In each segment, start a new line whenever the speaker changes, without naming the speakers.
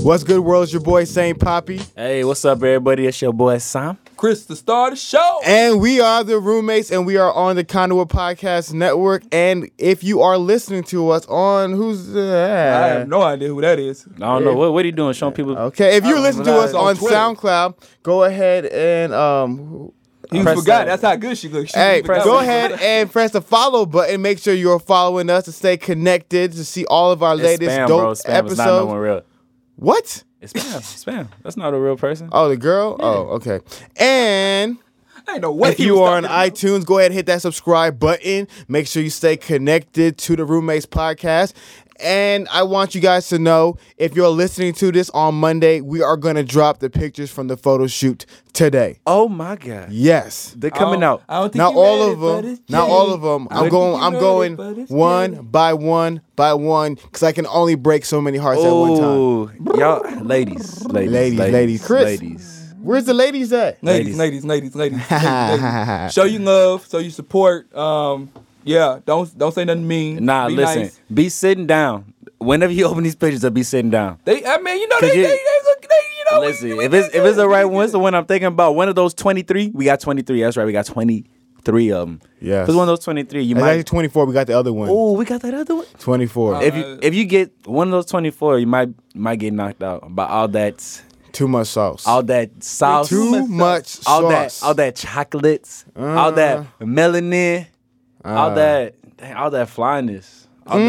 What's good, world? It's your boy Saint Poppy,
Hey, what's up, everybody? It's your boy Sam.
Chris to start the show.
and we are the roommates, and we are on the Conduit Podcast Network. And if you are listening to us on who's
I
that?
have no idea who that is.
I don't know what what are you doing, showing people.
Okay, if you listen to us
live on
on
Twitter.
SoundCloud, go ahead and um,
He
Press that.
forgot. That's how good she looks. She
Hey,
forgot.
go ahead and press the follow button. Make sure you're following us to stay connected to see all of our
It's
latest
spam,
dope
bro. Spam is not no
episodes.
one real.
what?
It's spam. spam. That's not a real person.
Oh, the girl? Oh, okay. And
I ain't know what
if
he
you
was
are on
talking about.
iTunes, go ahead and hit that subscribe button. Make sure you stay connected to the Roommates Podcast. And I want you guys to know if you're listening to this on Monday, we are going to drop the pictures from the photo shoot today.
Oh my god,
Yes.
they're
I
coming
don't-
out.
I don't think
Not
you
all
ready
of
for
them.
this
Not
shit.
all of them.
I
I'm
don't
going.
think you
I'm
ready
going
for this shit.
one by one by one because I can only break so many hearts at one time.
Oh, y'all, ladies, ladies,
Ladies, ladies. Chris.
ladies.
Where's the ladies at?
Ladies, ladies, ladies, ladies. ladies, ladies. Show you love, show you support. Um, yeah, don't don't say nothing mean.
Nah,
Be
listen.
nice.
Be sitting down. Whenever you open these pictures, up, be sitting down.
They, I mean, you know, they,
Could
they,
you-
they, look- they, you know. we-
Listen,
we
if it's
did
if it's the
good.
right
We did
one, it's the one I'm thinking about. One of those 23, we got 23. That's right, we got 23 of them.
Yes.
if it's one of those 23, you
It's actually
might.
24. We got the other one.
Oh, we got that other one.
24.
If you
Uh,
if you get one of those 24, you might might get knocked out by all that
Too much sauce.
all that sauce,
Too much
all
sauce. Uh-huh.
that all that chocolates, all that melanin,
Uh.
all that dang, all that flyness, all that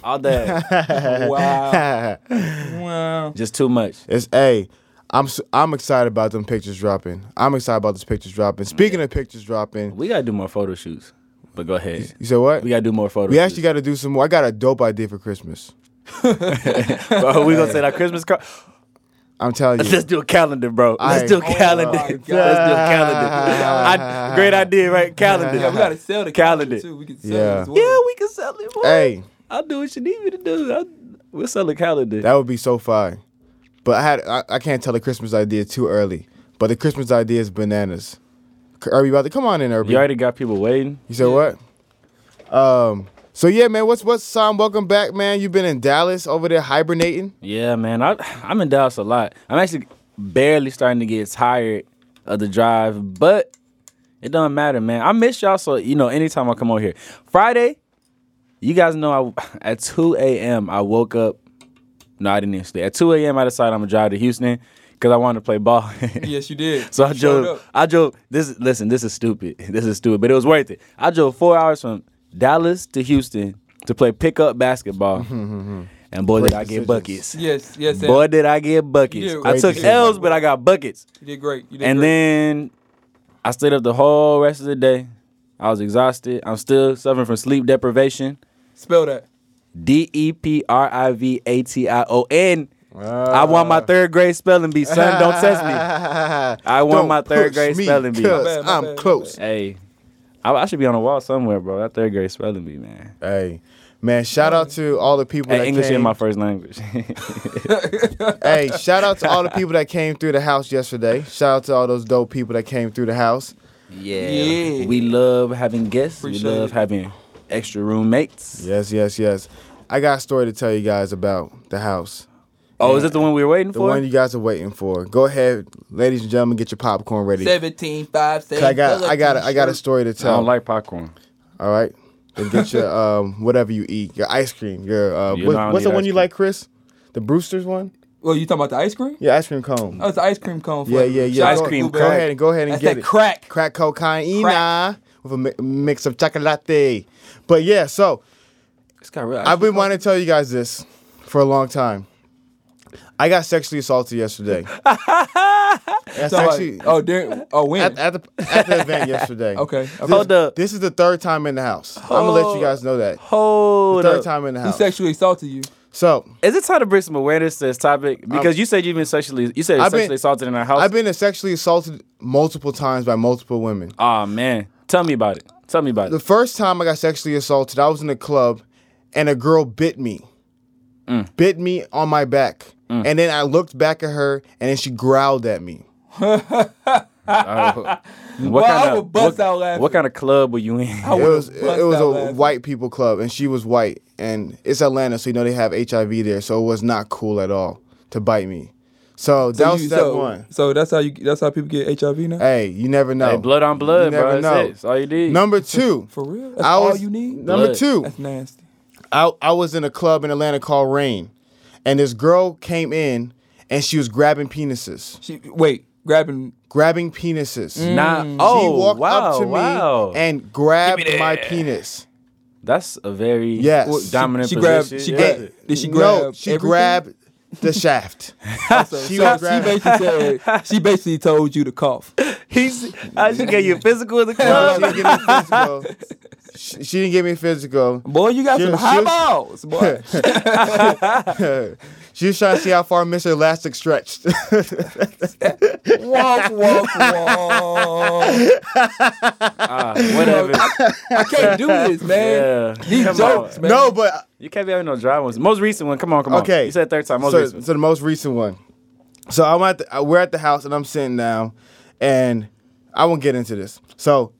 Mm-hmm.
all that
good. Wow. wow.
just too much.
It's a. I'm s- I'm excited about them pictures dropping. I'm excited about those pictures dropping. Speaking of pictures dropping,
We gotta do more photo shoots, but go ahead.
you said what?
We gotta do more photo.
We
shoots.
actually got to do some more. I got a dope idea for Christmas.
Bro, we gonna send our Christmas card.
I'm telling you.
Let's do a calendar, bro.
Aight.
Let's do a
Oh my
calendar.
God.
Let's do a calendar. I, great idea, right? Calendar.
Yeah, we gotta sell the
Calendar.
calendar too. We can sell
Yeah.
it as well.
Yeah, we can sell it. Boy.
Hey,
I'll do what you need me to do. I'll, we'll sell a calendar.
that would be so fine. But I had I, I can't tell the Christmas idea too early. But the Christmas idea is bananas. K- Irby, about to come on in, Irby.
You already got people waiting.
You said what? Um. So yeah, man. What's what's Sam? Welcome back, man. You've been in Dallas over there hibernating.
Yeah, man. I, I'm in Dallas a lot. I'm actually barely starting to get tired of the drive, but it doesn't matter, man. I miss y'all, so you know, anytime I come over here. Friday, you guys know I at 2 a.m. I woke up. No, I didn't even sleep. At 2 a.m. I decided I'm gonna drive to Houston because I wanted to play ball.
Yes, you did.
So I
You showed
drove.
up.
I drove. This listen. This is stupid. This is stupid, but it was worth it. I drove four hours from Dallas to Houston to play pickup basketball,
Mm-hmm,
and boy did I get
decisions.
buckets.
Yes, yes, Sam.
Boy did I get buckets.
You did
I
great
took
decisions.
L's, but I got buckets.
you did great. You did
And
great.
then I stayed up the whole rest of the day. I was exhausted. I'm still suffering from sleep deprivation.
spell that.
D E P R I V A T I O N. I won
Ah.
my third grade spelling bee. Son, don't test me. I won
Don't
my third
push
grade
me,
spelling bee.
'cause
My bad, my
I'm
bad, my
close.
Hey, I, I should be on the wall somewhere, bro. That third grade spelling bee, man.
Hey, man, shout out to all the people that
Hey, English
came.
is my first language.
hey, shout out to all the people that came through the house yesterday. Shout out to all those dope people that came through the house.
yeah.
Yeah.
We love having guests.
Appreciate
we love
it.
having extra roommates.
Yes, yes, yes. I got a story to tell you guys about the house.
Oh, is this the one we were waiting
The
for?
one you guys are waiting for. Go ahead, ladies and gentlemen, get your popcorn ready.
17, 5, 7.
I got I got a, I got a story to
I
tell.
don't like popcorn.
all right. Then get your um whatever you eat, your ice cream, your uh
You
what-
know I don't
what's the
need
one
ice
you
cream.
like, Chris? The Brewster's one?
Well, Oh, you talking about the ice cream?
Yeah, ice cream cone.
Oh, it's the ice cream cone.
Yeah,
flavor.
yeah, yeah.
Shout
Ice
out to
cream
Go
Blueberry.
ahead and go ahead and
That's
get
that
it.
crack.
crack cocaine
Crack.
with a mi- mix of chocolate. But yeah, so
It's got real.
I've been wanting to tell you guys this for a long time. I got sexually assaulted yesterday. That's
So, uh,
actually
oh, during, oh, when?
at, at the at the event yesterday.
okay. okay.
Hold up.
This is the third time in the house. I'm gonna let you guys know that.
Hold
Third
up.
time in the
He
house.
sexually assaulted you.
So
Is it time to bring some awareness to this topic? Because you said you've been sexually, you said you're
I've been-
sexually assaulted in our house.
I've been sexually assaulted multiple times by multiple women.
oh man, tell me about it. Tell me about
The
it.
first time I got sexually assaulted, I was in a club and a girl bit me.
Mm.
Bit me on my back. And then I looked back at her and then she growled at me.
What
Well, I
kind
would
of
bust
what,
out laughing.
what kind of club were you in?
I
It
would've
was it,
bust
was
out
a
laughing.
white people club and she was white and it's Atlanta, so you know they have HIV there, so it was not cool at all. to bite me. So, that
So
was
you-
step
so-
one.
So that's how you. That's how people get HIV now.
Hey, you never know.
Hey, blood on
You
blood,
never
bro. That's
know.
it. That's all you need.
Number two.
For real? That's
I
all
was-
you need?
Number
Blood.
two.
That's nasty.
I, I was in a club in Atlanta called Rain, and this girl came in and she was grabbing penises.
She wait, grabbing
Grabbing penises.
Nah.
she
Oh,
walked
wow,
up to
wow.
me and grabbed my penis.
That's a very
Yes.
well, dominant
she grabbed-
position.
she
yeah.
grabbed- Did she
No,
grab
she
everything?
grabbed the shaft.
So,
She
she,
was
she
grabbing-
basically said she basically told you to cough.
He's.
uh,
I just gave you a physical in the
No, she
club.
didn't give me physical. She, she didn't give me physical.
Boy, you got
She-
some
she
high
was-
balls, boy.
she was trying to see how far Mr. Elastic stretched.
walk, walk, walk.
Ah, whatever.
I can't do this, man.
yeah.
These
Come
jokes,
on.
man.
no, but
You can't be having no dry ones. Most recent one. Come on, come on.
Okay.
You said third time. Most
so,
recent.
so the most recent one. So I'm at the, we're at the house and I'm sitting down, and I won't get into this. So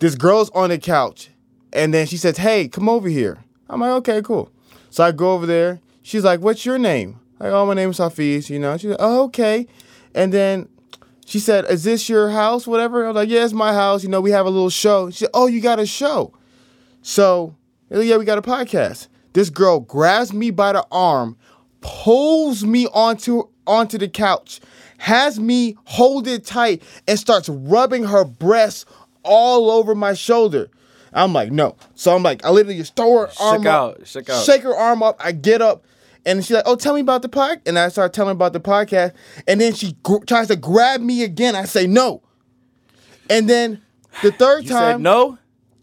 this girl's on the couch, and then she says, "Hey, come over here." I'm like, "Okay, cool." So I go over there. She's like, "What's your name?" Like, "Oh, my name is Hafiz." You know. She's like, "Oh, okay," and then. She said, "Is this your house? Whatever." I was like, "Yeah, it's my house. You know, we have a little show." She said, "Oh, you got a show?" So, yeah, we got a podcast. This girl grabs me by the arm, pulls me onto onto the couch, has me hold it tight, and starts rubbing her breasts all over my shoulder. I'm like, no. So I'm like, I literally just throw her arm
out,
up,
shook out.
shake her arm up. I get up, and she's like, oh, tell me about the podcast. And I start telling her about the podcast, and then she gr- tries to grab me again. I say no, and then the third
You
time,
said no.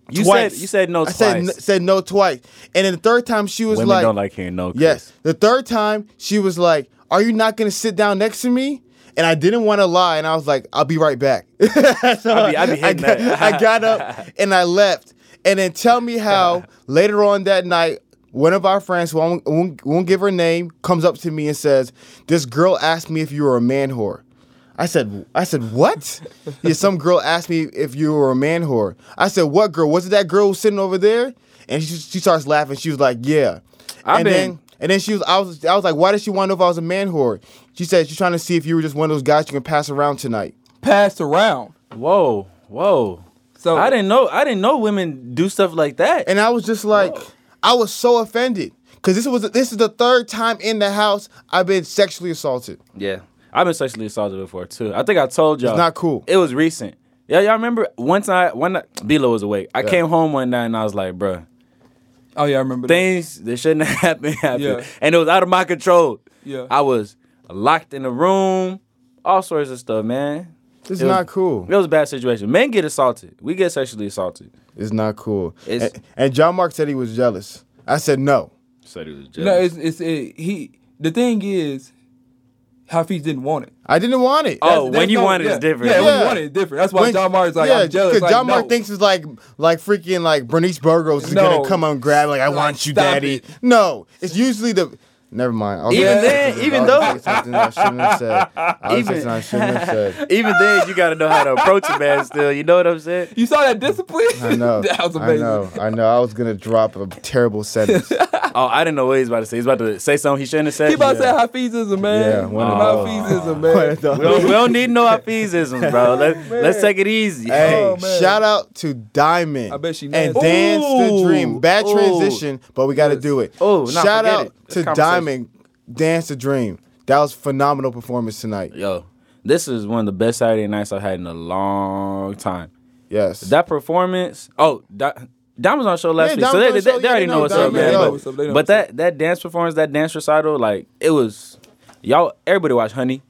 You
twice.
said you said no
I
twice.
said, n- said no twice. And then the third time she was
Women
like,
don't like hearing no. Chris.
Yes. The third time she was like, Are you not going to sit down next to me? And I didn't want to lie. And I was like, I'll be right back. so
I be- I be hitting
got,
that.
I got up and I left. And then tell me how later on that night, one of our friends, who I won't, won't, won't give her name, comes up to me and says, This girl asked me if you were a man whore. I said, I said, what? yeah, some girl asked me if you were a man whore. I said, what girl? Was it that girl who's sitting over there? And she, she starts laughing. She was like, yeah.
I've
and
been-
then and then she was I was I was like, why did she want to know if I was a man whore? She said she's trying to see if you were just one of those guys you can pass around tonight.
Passed around.
Whoa, whoa.
So
I didn't know. I didn't know women do stuff like that.
And I was just like, I was so offended because this was this is the third time in the house I've been sexually assaulted.
yeah, I've been sexually assaulted before too. I think I told y'all.
not cool.
It was recent. Yeah, y'all remember once I one night Bilo was awake. I came home one night and I was like, bruh,
Oh yeah, I remember. that.
things that shouldn't have happened happened,
Yeah.
and it was out of my control.
Yeah.
I was locked in a room, all sorts of stuff, man.
It's
It was-
not cool.
It was a bad situation. Men get assaulted. We get sexually assaulted.
It's not cool.
It's-
and, and John Mark said he was jealous. I said no.
Said it was jealous.
No, it's it's it, he. The thing is, Hafiz didn't want it.
I didn't want it.
Oh,
There's
when you
no-
want it,
yeah,
it's different.
Yeah, when
Yeah.
you want it, it's different. That's why John Martin's like, I'm jealous.
Because
Like,
John Mark
no.
thinks it's like like freaking like Bernice Burgos is
No.
gonna come and grab like I
Like,
want you,
stop
daddy.
it.
No, it's usually the. Never mind. I'll
Even
get-
then- even
I'll
though-
say something I shouldn't have said. I'll say
Even-
something I shouldn't have said.
Even then, you got to know how to approach a man. Still, you know what I'm saying?
you saw that discipline.
I know.
that was
I
amazing.
know. I know. I was gonna drop a terrible sentence.
Oh, I didn't know what he was about to say. He's about to say something he shouldn't have said.
He about to
Yeah.
say Hafiz is a man.
Yeah, one of those.
Hafiz is a man.
we, don't, we don't need no appeasism, bro. Let, let's take it easy.
Hey,
Oh, man.
shout out to Diamond.
I bet she
and
nasty.
Dance the
Ooh,
Dream. Bad
ooh.
transition, but we got to do it.
Oh, nah,
shout
forget
out
it. It's
to
conversation.
Diamond. Dance the Dream. That was phenomenal performance tonight.
Yo, this is one of the best Saturday nights I've had in a long time.
Yes.
That performance. Oh, Di- Diamond was on the show last
Yeah,
week, so
Diamond was on the
they, they,
show.
they
Yeah,
already
they
know
know
what's
Diamond.
up,
They
man.
know
But-
what's up. They know
But
what's up.
that that dance performance, that dance recital, like it was. Y'all, everybody watch Honey.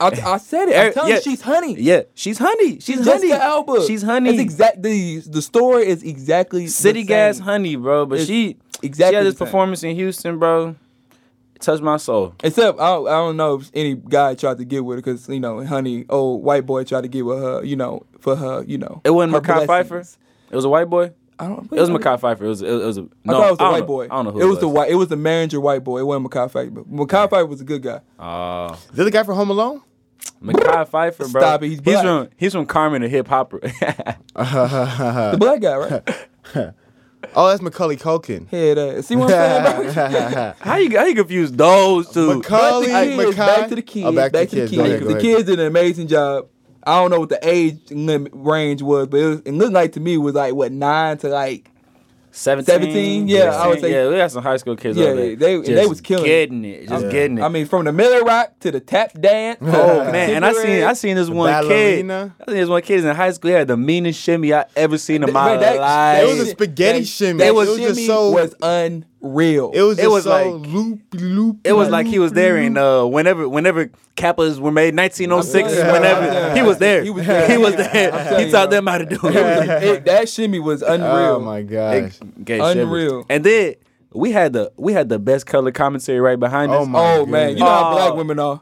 I, I said it.
Er-
I'm telling
yeah.
you, she's honey.
Yeah, she's Honey. She's Honey.
Jessica Alba.
She's Honey.
That's exact. The, the story is exactly the
City Gas
same.
Honey, bro. But
It's
she
exactly
she had this
the same.
performance in Houston, bro. It touched my soul.
Except I don't, I don't know if any guy tried to get with her because you know, honey, old white boy tried to get with her, you know, for her, you know.
It wasn't
her
Makai Pfeiffer.
blessings.
It was a white boy.
I don't.
It was Makai Pfeiffer. It was it was, it was a, no.
I thought it was the
don't
white
know.
boy.
I don't know who
it was. The white. It was the manager white boy. It wasn't Makai Pfeiffer. But Makai Pfeiffer was a good guy.
Oh,
the other guy from Home Alone?
Makai Pfeiffer, bro.
Stop it, he's black.
from he's from Carmen, a hip hopper.
the black guy, right?
Oh, that's Macaulay Culkin.
Head ass. See what I'm saying, bro?
How you how you confuse those two?
Macaulay,
back,
Mackay-
to the kids, back to the kids.
Oh, back, to the kids.
kids.
Go ahead, go
the
ahead.
kids did an amazing job. I don't know what the age limit range was, but it, was, it looked like to me it was like what nine to like
17,
17? Yeah, I would
16.
say-
Yeah, we got some high school kids.
Yeah,
over there.
they- and they
Just
was killing it.
getting it, just
Yeah.
getting it.
I mean, uh, from the Miller Rock to the tap dance.
Oh man, and I seen I seen this
The
one kid.
ballerina.
I seen this one kid in high school. He had the meanest shimmy I ever seen in
Th-
my
man, that-
life.
that
It was a
shit-
spaghetti
that-
shimmy.
That
It was
shimmy
just so-
was unreal.
It was
It
just
was
so
like-
loop loop.
it was like he was there in uh, whenever whenever Kappas were made, 1906.
I'm telling you, I'm telling
Whenever
you.
he was there,
He was there.
He was
I'm
there.
telling
He
you,
taught
bro.
them how to do
It was-
it.
it- that shimmy was unreal.
Oh my gosh.
Gay
Unreal.
shivers. And then we had the we had the best color commentary right behind us.
Oh my
Oh man, you know how
Oh.
black women are.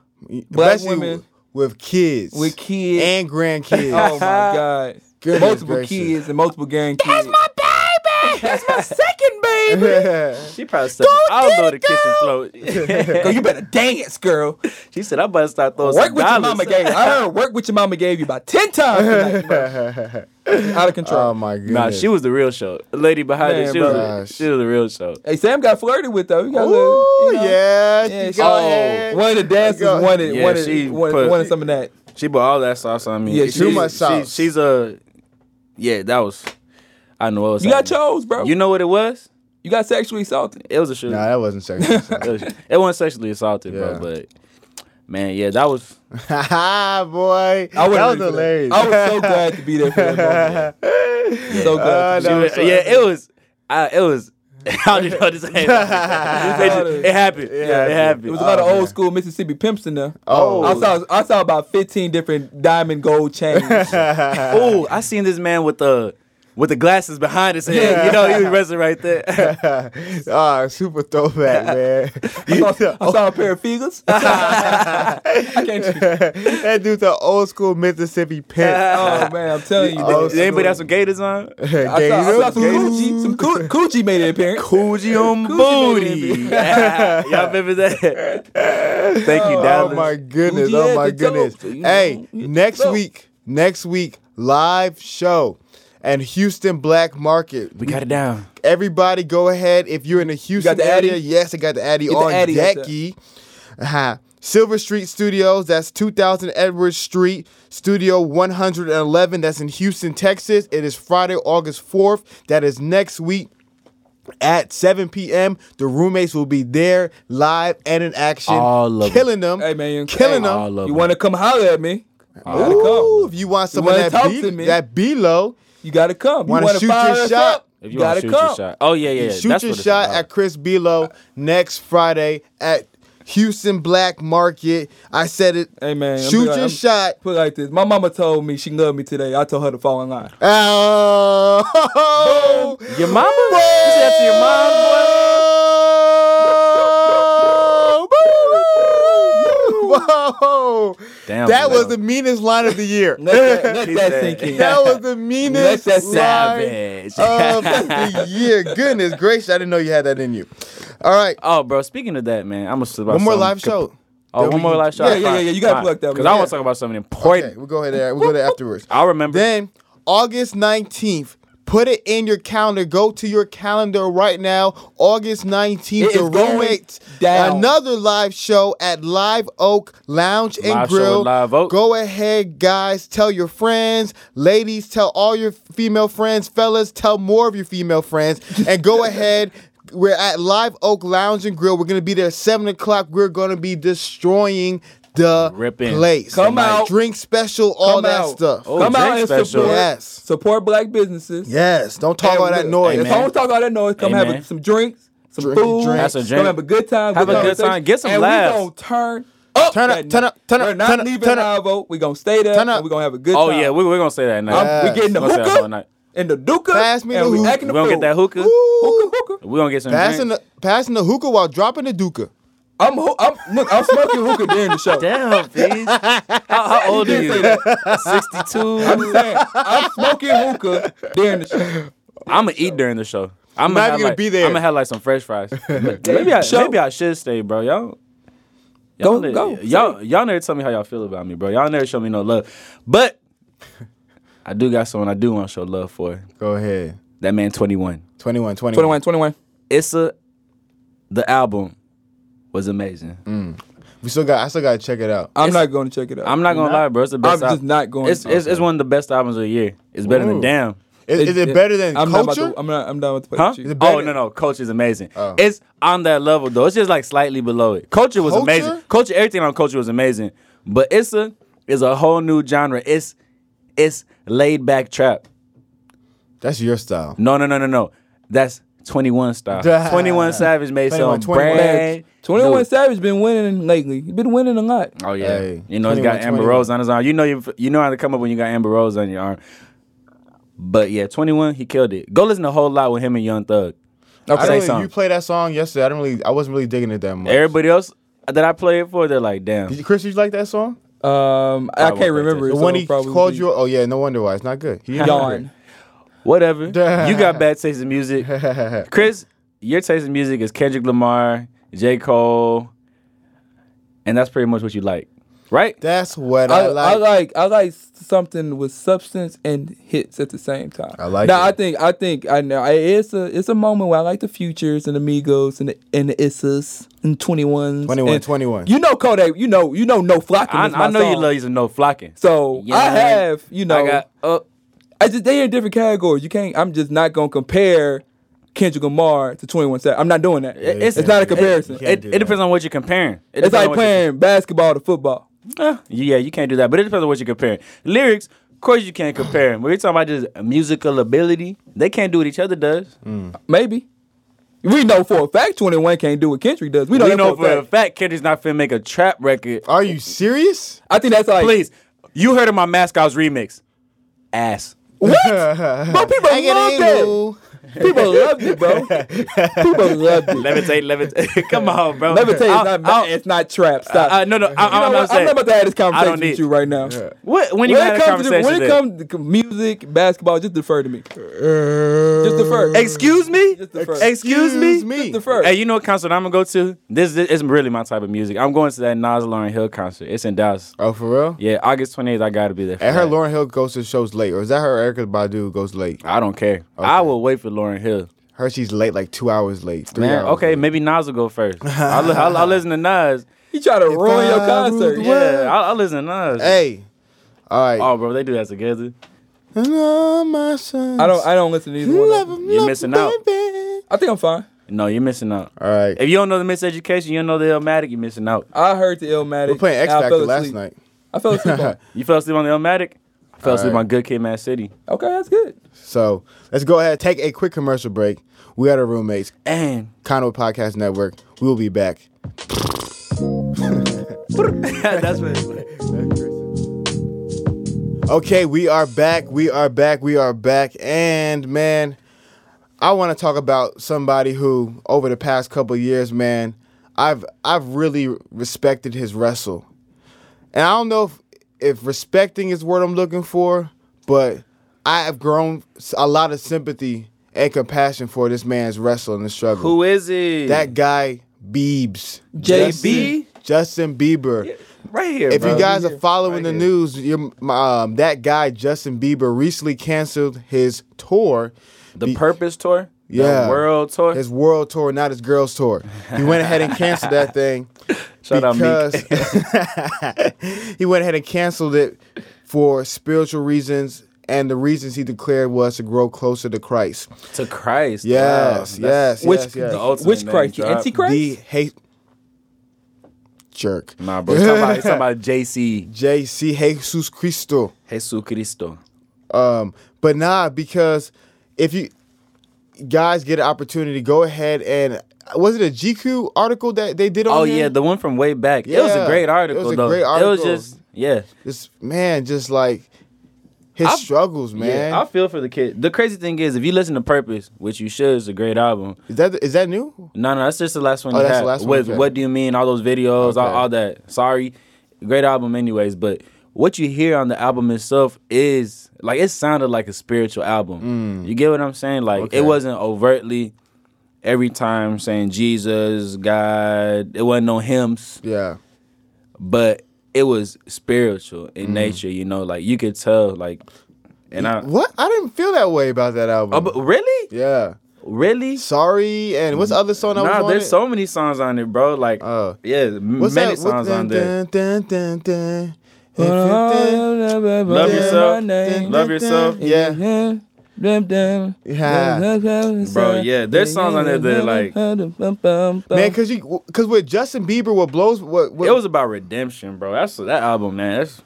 Black
Especially
women-
with kids.
With kids.
And grandkids.
Oh my god.
Goodness
multiple
gracious.
kids and multiple gang kids.
baby. That's my second baby.
my
She probably said, "I don't know the kitchen floor."
Girl, you better dance, girl.
she said, "I better start throwing
Work
some
what your
dollars."
mama gave. you. I heard work what your mama gave you about ten times. Tonight, bro. Out of control.
Oh my goodness.
Nah, she was the real show. The lady behind
Man,
it, she was,
bro.
she was the real show.
hey, Sam got flirted with though. You got a
Ooh,
little, you know.
yeah.
Yeah,
she
she-
go ahead.
One of the dancers
Go-
wanted,
Yeah, she
wanted, wanted,
put-
wanted some of that.
She bought all that sauce on me.
Yeah,
She's-
too
much
she-
sauce.
she's a, yeah, that was, I know what was
You got
happening.
chose,
Oh.
bro.
You know what it was?
You got sexually assaulted.
It was a shit.
Nah, that wasn't sexual.
It, was- it wasn't sexually assaulted,
Yeah.
bro, but man, yeah, that was,
Ha boy.
I
that was
wasn't ready for
hilarious.
I was so glad to be there for that moment. So glad.
Uh,
she
that was
was-
so
yeah, it was, I, it was, I don't even know what to say. it, just- it happened.
Yeah,
Yeah, it happened. Uh,
It was a lot
Oh,
of
man.
old school Mississippi pimps in there.
Oh.
I saw I saw about fifteen different diamond gold chains.
oh, I seen this man with the, with the glasses behind his head. You know, he was resting right there.
ah, super throwback, man.
I, saw, I saw a pair of figures. I can't.
that dude's an old school Mississippi pimp.
Oh man, I'm telling you.
Oh,
bro.
Did anybody have some gators on?
I saw, I saw some
Gator.
coochie. Some coo- coochie made an appearance.
Coogee on
Coogee made it
booty. Y'all remember that? Thank you,
Oh
Dallas.
my goodness!
Who
Oh
did
my
the dope?
goodness!
You know,
Hey,
you
next
dope.
week, next week, live show, and Houston Black Market.
We got it down.
Everybody, go ahead. If you're in the Houston
the Addy?
area, yes, I got the Addy
Get the
on
Addy out there.
decky. Uh-huh. Silver Street Studios, that's 2000 Edwards Street, Studio 111, that's in Houston, Texas. It is Friday, August 4th. That is next week at 7 p.m. The roommates will be there live and in action.
All of 'em.
killing them.
Hey man,
Killing
hey,
them.
All of
You
them.
want to come holler at me? You gotta
Ooh,
come.
if you want some of
wanna
that
talk
B,
to me?
that B-low,
You gotta come.
Wanna shoot
you want to
your
fire us
shot?
up?
If you, want
gotta
to shoot
come.
your shot. Oh, yeah, yeah. yeah.
shoot
That's
your
what it's
shot
about.
at Chris Belo next Friday at Houston Black Market. I said it.
Hey man, I'm
shoot
be like-
your
I'm-
shot.
Put it like this. My mama told me she loved me today. I told her to fall in line.
Oh,
Your mama? You said that to your mom, boy?
Whoa!
Damn,
that
bro.
was the meanest line of the year.
Let that, let
She
that
said-
sink in.
That was the
Let
meanest
that
line
savage.
Oh,
of the year. Um, Goodness gracious, I didn't know you had that in you. All right,
oh, bro, speaking of that, man, I'm going to about
one more
something
live
com-
show.
Oh,
Then
one
we-
more live show?
Yeah, yeah, yeah, yeah, you gotta plug that one.
Because I
Yeah.
want to talk about something
Okay,
important.
we'll go ahead there. We'll go there afterwards.
I remember.
Then August 19th. Put it in your calendar. Go to your calendar right now. August 19th,
It
the
is going
roommates.
down.
Another live show at Live Oak Lounge and
Live show
Grill.
at Live Oak.
Go ahead, guys. Tell your friends. Ladies, tell all your female friends. Fellas, tell more of your female friends. And go ahead. We're at Live Oak Lounge and Grill. We're going to be there at 7 o'clock. We're going to be destroying the
Ripping.
place.
Come out.
Drink special, all
Come
that
out.
stuff.
Oh,
come out
Jake
and
special.
support.
Yes.
Support black businesses.
Yes, don't talk all that noise.
If
man.
I don't talk all that noise, come
Hey,
have
man.
a, some drinks, some
Drink-
food.
drink.
That's a drink.
Come have a good time.
Have a good
conversation,
time. Get some
and
laughs.
we gonna turn up.
Turn up,
that
turn
night.
up, turn up,
We're not
turn up,
leaving
turn up.
Ivo. We gonna stay there.
Turn up.
And we gonna have a good
Oh,
time.
yeah, we, we're going to say that
I'm-
now.
Yeah.
We getting the
We're gonna say that all
hookah
night.
and the duka.
Pass me the
and we
hookah.
acting
We're
the
going to get
fool.
that hookah.
Ooh.
Hookah, hookah.
We're going to get some
Passing
drinks.
the passing the hookah while dropping the duca.
I'm, ho- I'm look. I'm smoking hookah during the show.
Damn, please. How, how old are you? 62?
I'm saying I'm smoking hookah during the show.
I'm gonna eat during the show. I'm
not
gonna
even gonna
like,
be there.
I'm gonna have like some French fries. But maybe I
Show.
maybe I should stay, bro. Y'all.
Go-
y'all ne-
go.
Y'all y'all never tell me how y'all feel about me, bro. Y'all never show me no love. But I do got someone I do want to show love for.
Go ahead.
That man 21.
21, 21.
21, 21.
Issa, the album was amazing.
We still got. I still gotta check it out.
I'm
It's-
not going to check it out.
I'm not gonna lie, bro. It's the best.
I'm just
al-
not going
It's,
to.
it's, it's one of the best albums of the year. It's better than
Ooh.
Damn.
Is, is it better than
I'm Not
culture?
about to, I'm not. I'm not with the
Huh?
It's
Oh
better-
no no, Culture is amazing.
Oh.
It's on that level though. It's just like slightly below it. Culture was
Culture?
amazing. Culture, everything on Culture was amazing. But Issa is a whole new genre. It's it's laid back trap.
That's your style.
No no no no no. That's 21 style.
Duh.
21 Savage made
21,
some
21.
brand.
21
new-
Savage been winning lately. He been winning a lot.
Oh yeah,
Hey,
you know he's got
21,
Amber
21.
Rose on his arm. You know you you know how to come up when you got Amber Rose on your arm. But yeah, twenty one, he killed it. Go listen to a whole lot with him and Young
I
Thug. Say
don't really,
something.
you played that song yesterday. I didn't really. I wasn't really digging it that much.
Everybody else that I play it for, they're like, damn.
Did you, Chris, did you like that song?
Um, I
Probably
can't remember.
Fantastic.
The
so
one
it'll
he
probably
called
be
you. Oh yeah, no wonder why it's not good. He didn't
Yawn.
Whatever.
Duh.
You got bad taste in music.
remember.
Chris, your taste in music is Kendrick Lamar, J. Cole, and that's pretty much what you like. Right?
That's what
I,
I, like.
I like I like something with substance and hits at the same time.
I like
Now
it.
I think I think I know I, it's a it's a moment where I like the futures and amigos and the, and the Issas and twenty ones.
21,
and,
21.
You know Kodak. You know you know no flocking.
I,
is my
I know you
song.
love using no flocking.
So
Yeah.
I have you know
I got oh,
I just they in different categories. You can't. I'm just not gonna compare Kendrick Lamar to Twenty One Savage. I'm not doing that.
it's,
It's
not a comparison.
can't
It,
do
it
that.
depends on what you're comparing. It
it's
depends on
like
what you-
playing basketball to football.
Uh, yeah, you can't do that. But it depends on what you're comparing. Lyrics, of course, you can't compare. When you're talking about just musical ability, they can't do what each other does.
Maybe we know for a fact Twenty One can't do what Kendrick does. We know,
We
that
know for a
fact.
fact Kendrick's not finna make a trap record.
Are you serious?
I think that's like
Please, you heard of my Mascot's remix. Ass.
what, but people
I get
love
it,
that.
Lou.
People love it, bro. People love it.
Levitate, levitate. Come on, bro.
Let me tell you, it's
I'll-
not
I'll-
it's not trap. Stop.
I- I- no, no, I-
You know
I'm,
what?
not saying.
I'm not about to have this conversation
need-
with you right now.
What, when you
When
had
it
a
comes to
conversation
when it
then?
comes to music, basketball, just defer to me. Just defer.
Excuse me?
Just the first.
Excuse me?
Excuse me.
Just defer.
Hey, you know what concert I'm gonna go to? This, this is really my type of music. I'm going to that Nas Lauren Hill concert. It's in Dallas.
Oh, for real?
Yeah, August 28th, I gotta be there. for
And her
that.
Lauren Hill goes to shows late, or is that her Erica Badu goes late?
I don't care. I will wait for Lauren Hill.
Her she's late, like two hours late, three
Man,
hours.
okay,
late.
maybe Nas will go first. I'll, li- I'll, I'll listen to Nas.
You try to ruin your
I
concert.
ruled the
Yeah.
Yeah, I'll, I'll listen to Nas.
Hey, all right.
Oh, bro, they do that together.
And all my sons.
I don't. I don't listen to either one. Of
Love
them.
'em,
You're
love
missing
'em,
out.
baby.
I think I'm fine.
No, you're missing out.
All right.
If you don't know the miseducation, you don't know the Illmatic, you're missing out.
I heard the Illmatic.
We're playing X
and I
Factor
fell
last
asleep.
night.
I fell asleep. on it.
You fell asleep on the Illmatic? I fell asleep
right.
on Good Kid, Mad City.
Okay, that's good.
So let's go ahead, take a quick commercial break. We are the roommates,
And
Conway Podcast Network. We will be back.
that's what it's like.
Okay, we are back. We are back. We are back. And man, I want to talk about somebody who, over the past couple years, man, I've I've really respected his wrestle. And I don't know if, if respecting is what I'm looking for, but I have grown s- a lot of sympathy and compassion for this man's wrestle and the struggle.
Who is it?
That guy, Biebs.
JB?
Justin, Justin Bieber.
right here.
If
bro.
you guys are following the news, you're, um, that guy Justin Bieber recently canceled his tour,
the Purpose Tour,
Yeah.
the World Tour.
his world tour, not his girls tour. He went ahead and canceled that thing
Shout out, Meek.
because he went ahead and canceled it for spiritual reasons, and the reasons he declared was to grow closer to Christ.
to Christ.
Yes,
Wow, that's-
yes,
Which
yes, yes.
the ultimate
which
name
Christ? The
drop.
Antichrist?
The hate jerk.
Nah, bro. It's talking about, it's talking about JC,
JC Jesus Cristo.
Jesus Cristo.
Um, but nah, because if you guys get an opportunity, go ahead and was it a GQ article that they did on?
Oh,
him?
yeah, the one from way back. It was a
Yeah,
great
it was
article,
a
though.
great
It was
article.
just, yeah.
this man just like his
I-
struggles, man.
Yeah, I feel for the kid. The crazy thing is, if you listen to Purpose, which you should, it's a great album.
is that is that new?
No, no, that's just the last one.
Oh,
he
that's
had
the last one,
With
okay.
what do you mean? All those videos, all,
Okay.
all that. Sorry, great album, anyways. But what you hear on the album itself is like it sounded like a spiritual album. You get what I'm saying? Like
Mm. Okay.
it wasn't overtly every time saying Jesus, God. It wasn't no hymns
Yeah, Mm.
but it was spiritual in nature, you know, like you could tell like And I
What? I didn't feel that way about that album.
oh, but really,
yeah.
really.
Sorry, and what's the other song that was
Nah,
on
there's
it?
so many songs on it, bro. Like,
Uh,
Oh.
yeah, m-
what's
many
that?
songs on there.
Dun, dun, dun, dun. If you dun-
Love
Love
yourself.
dun, dun,
Love yourself.
dun. Yeah. Yeah.
Bro, yeah, there's songs on there that, like-
Man,
Man,
cause you, cause with Justin Bieber, what blows, what, what
It was about redemption, bro. That's that album, man. That's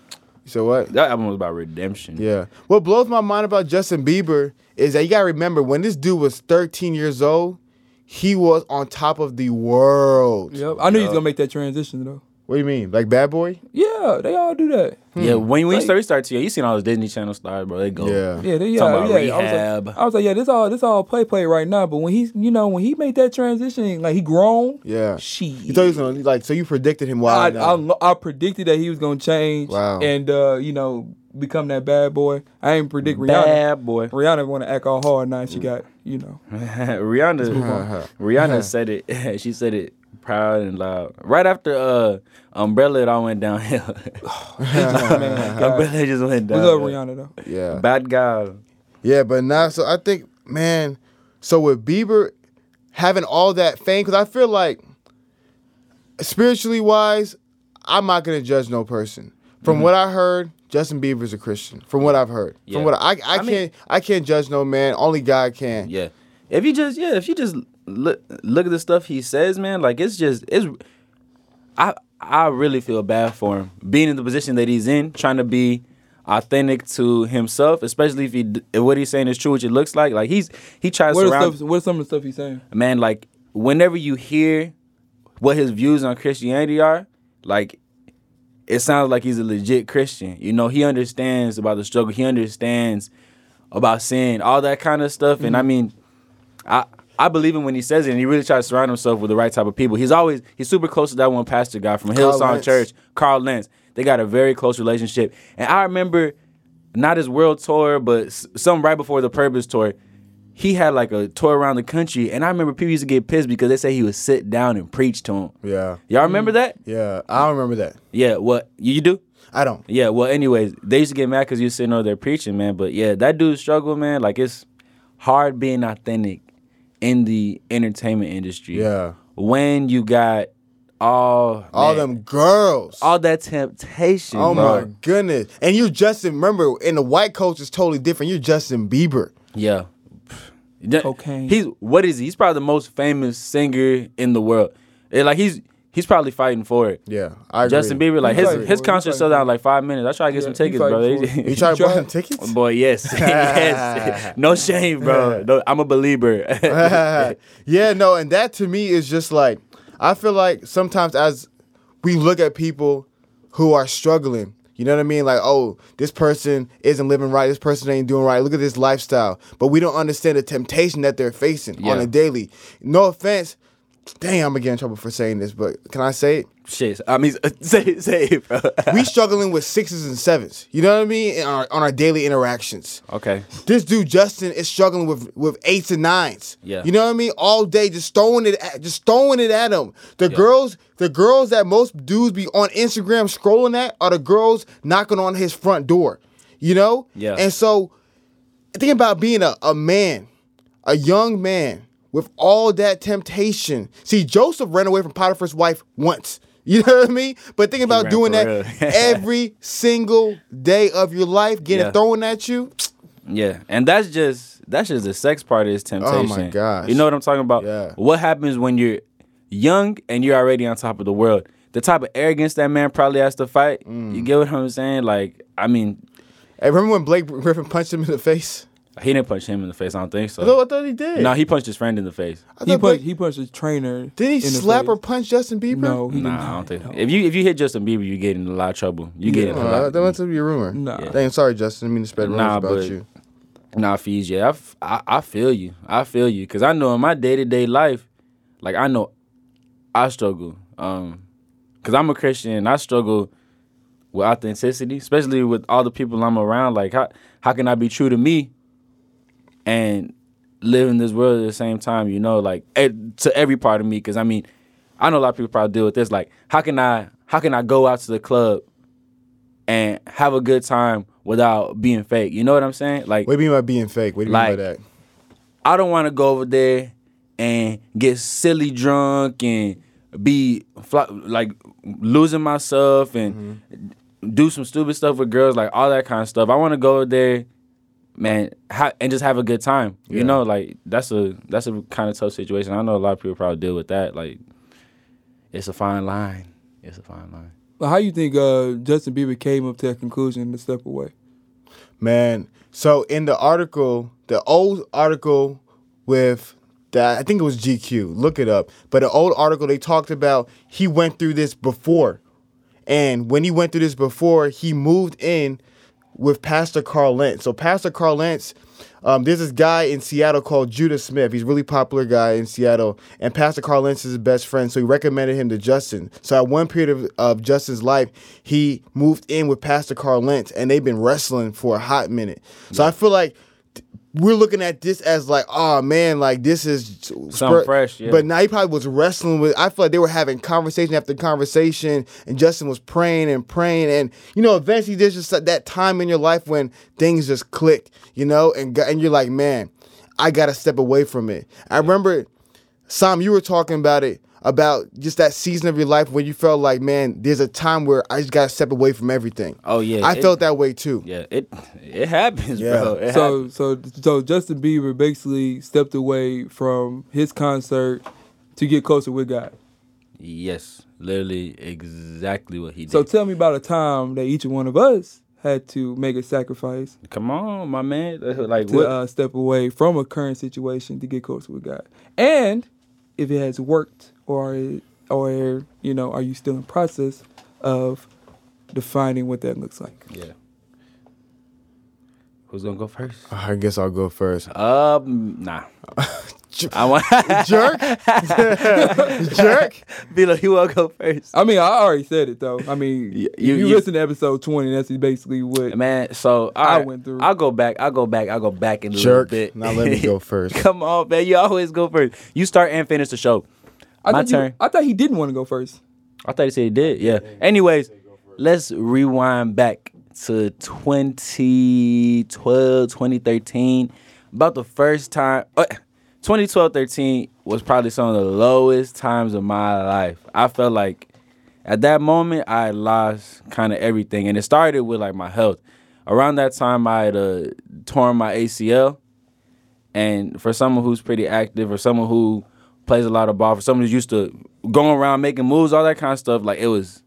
you said what?
that album was about redemption.
Yeah. What blows my mind about Justin Bieber is that you gotta remember when this dude was 13 years old, he was on top of the world.
Yep. I knew he was gonna make that transition though.
What do you mean, like Bad Boy?
Yeah, they all do that.
Yeah, when when you
Like-
start, you start to yeah, you seen all those Disney Channel stars, bro. They go.
Yeah.
Yeah, they, yeah,
Talking about
yeah. I, was
rehab.
like, I was like, yeah, this all this all play play right now. But when he, you know, when he made that transition, like he grown.
Yeah.
She.
You thought he was gonna like, so you predicted him
I,
wide.
I, lo- I predicted that he was gonna change
Wow.
and uh, you know become that bad boy. I ain't predict Rihanna.
Bad boy.
Rihanna want to act all hard now. She got you know.
Rihanna Rihanna said it. she said it proud and loud. Right after uh Umbrella it all went downhill.
man, God.
Umbrella just went
We
down.
love Rihanna though.
yeah.
Bad girl.
Yeah, but not so. I think, man. So with Bieber having all that fame, because I feel like spiritually wise, I'm not gonna judge no person. From what I heard, Justin Bieber's a Christian. From what I've heard,
Mm-hmm. Yeah.
from what I, I, I
I
can't,
mean-
I can't judge no man. Only God can.
Yeah. If you just yeah, if you just look look at the stuff he says, man, like it's just it's I I really feel bad for him being in the position that he's in, trying to be authentic to himself, especially if he d- if what he's saying is true, which it looks like. Like he's he tries
What
to
are,
surround
stuff, what are some of the stuff he's saying?
man, like whenever you hear what his views on Christianity are, like it sounds like he's a legit Christian. You know, he understands about the struggle. He understands about sin, all that kind of stuff. And I mean, I I believe him when he says it, and he really tries to surround himself with the right type of people. He's always he's super close to that one pastor guy from
Carl
Hillsong
Lentz.
Church, Carl Lentz. They got a very close relationship. And I remember not his world tour, but s- some right before the Purpose tour. He had like a tour around the country, and I remember people used to get pissed because they say he would sit down and preach to him.
Yeah.
Y'all remember that?
Yeah. I don't remember that.
Yeah. What you, you do?
I don't.
Yeah, well, anyways, they used to get mad because you sitting over there preaching, man. But yeah, that dude struggle, man. Like it's hard being authentic in the entertainment industry.
Yeah.
When you got all
All
man,
them girls.
all that temptation.
oh
bro.
my goodness. And you Justin. Remember, in the white culture, it's totally different. You're Justin Bieber.
Yeah. Th-
Cocaine.
He's what is he? He's probably the most famous singer in the world. It- like he's he's probably fighting for it.
Yeah. I agree.
Justin Bieber, like
He's
his
fighting
his
for it. He's
concert
fighting
sold
for
out
it.
in like five minutes. I try to get some
Yeah,
tickets,
he's
bro.
fighting for it.
You try to buy
Try-
them tickets?
Boy, yes, yes. No shame, bro. No, I'm a believer.
yeah, no, and that to me is just like I feel like sometimes as we look at people who are struggling, you know what I mean? Like, oh, this person isn't living right, this person ain't doing right. Look at this lifestyle. But we don't understand the temptation that they're facing on
Yeah.
a daily. No offense. Damn, I'm gonna get in trouble for saying this, but can I say it?
Shit, I mean, say it, say it, bro.
We struggling with sixes and sevens. You know what I mean? In our, on our daily interactions.
Okay,
This dude Justin is struggling with with eights and nines.
Yeah.
you know what I mean. All day, just throwing it, at, just throwing it at him. The girls, the girls that most dudes be on Instagram scrolling at are the girls knocking on his front door. You know.
Yeah.
And so, think about being a, a man, a young man with all that temptation. See, Joseph ran away from Potiphar's wife once. You know what I mean? But think about
ran
doing
for
that
real.
every single day of your life, getting
Yeah.
thrown at you.
yeah, and that's just that's just the sex part of this temptation.
Oh gosh.
you know what I'm talking about?
Yeah.
What happens when you're young and you're already on top of the world? The type of arrogance that man probably has to fight.
Mm.
You get what I'm saying? Like, I mean,
Hey, remember when Blake Griffin punched him in the face?
he didn't punch him in the face. I don't think so.
No, I thought he did.
no, he punched his friend in the face.
I
He
thought
punched.
Blake-
He punched his trainer.
didn't he
in the
slap
face.
or punch Justin Bieber?
No, he
Nah, I don't
did
think.
not.
If you if you hit Justin Bieber, you get in a lot of trouble. You get in a
Oh,
lot.
that, that must be a rumor.
Nah. Yeah.
Dang, sorry, Justin. I mean to spread rumors
Nah,
about
but-
you.
Nah, Fees, yeah. I f- I, I feel you. I feel you. Cause I know in my day to day life, like I know I struggle. Um, cause I'm a Christian and I struggle with authenticity, especially with all the people I'm around. Like how how can I be true to me and live in this world at the same time, you know, like eh, to every part of me. Cause I mean, I know a lot of people probably deal with this. Like, how can I how can I go out to the club and have a good time without being fake. You know what I'm saying? Like
What do you mean by being fake? What do you mean
Like-
by that?
I don't want to go over there and get silly drunk and be fly, like losing myself and do some stupid stuff with girls, like all that kind of stuff. I want to go over there, man, ha- and just have a good time.
Yeah.
You know, like that's a that's a kind of tough situation. I know a lot of people probably deal with that. Like, it's a fine line. It's a fine line.
But how you think uh, Justin Bieber came up to that conclusion to step away?
Man, so in the article, the old article with that, I think it was GQ, look it up. But the old article, they talked about he went through this before. And when he went through this before, he moved in with Pastor Carl Lentz. So, Pastor Carl Lentz, um, there's this guy in Seattle called Judah Smith. He's a really popular guy in Seattle. And Pastor Carl Lentz is his best friend. So, he recommended him to Justin. So, at one period of, of Justin's life, he moved in with Pastor Carl Lentz, and they've been wrestling for a hot minute. So, I feel like. th- We're looking at this as like, oh man, like this is
Something fresh, yeah.
But now he probably was wrestling with. I feel like they were having conversation after conversation, and Justin was praying and praying, and you know, eventually there's just that- that time in your life when things just click, you know, and go- and you're like, man, I gotta step away from it. I remember, Sam, you were talking about it about just that season of your life when you felt like, man, there's a time where I just gotta step away from everything.
Oh, yeah,
I
it-
felt that way too.
Yeah, it it happens,
Yeah.
bro. It happens.
So, so, so Justin Bieber basically stepped away from his concert to get closer with God.
Yes, literally exactly what he did.
So, tell me about a time that each one of us had to make a sacrifice
Come on, my man. Like
to
what?
uh, step away from a current situation to get closer with God, and if it has worked or or you know, are you still in process of defining what that looks like?
yeah. Who's gonna go first?
I guess I'll go first.
Um, nah. I want
Jerk, jerk.
be like, you will go first,
I mean, I already said it though. I
You-
mean, you,
you-
you,
you-
listen to episode twenty. That's basically what.
man. So
I
all right,
went through.
I'll go back. I'll go back. I'll go back in a little
Jerk.
bit.
Now let me go first.
Come on, man. You always go first. You start and finish the show.
I
My
thought you-
turn.
I thought he didn't want to go first.
I thought you said he did. Yeah. Anyways, let's rewind back to 2012, 2013. About the first time, uh, 2012, 13 was probably some of the lowest times of my life. I felt like at that moment I had lost kind of everything, and it started with like my health. Around that time, I had uh, torn my ACL. And for someone who's pretty active, or someone who plays a lot of ball, for someone who's used to going around making moves, all that kind of stuff, like it was,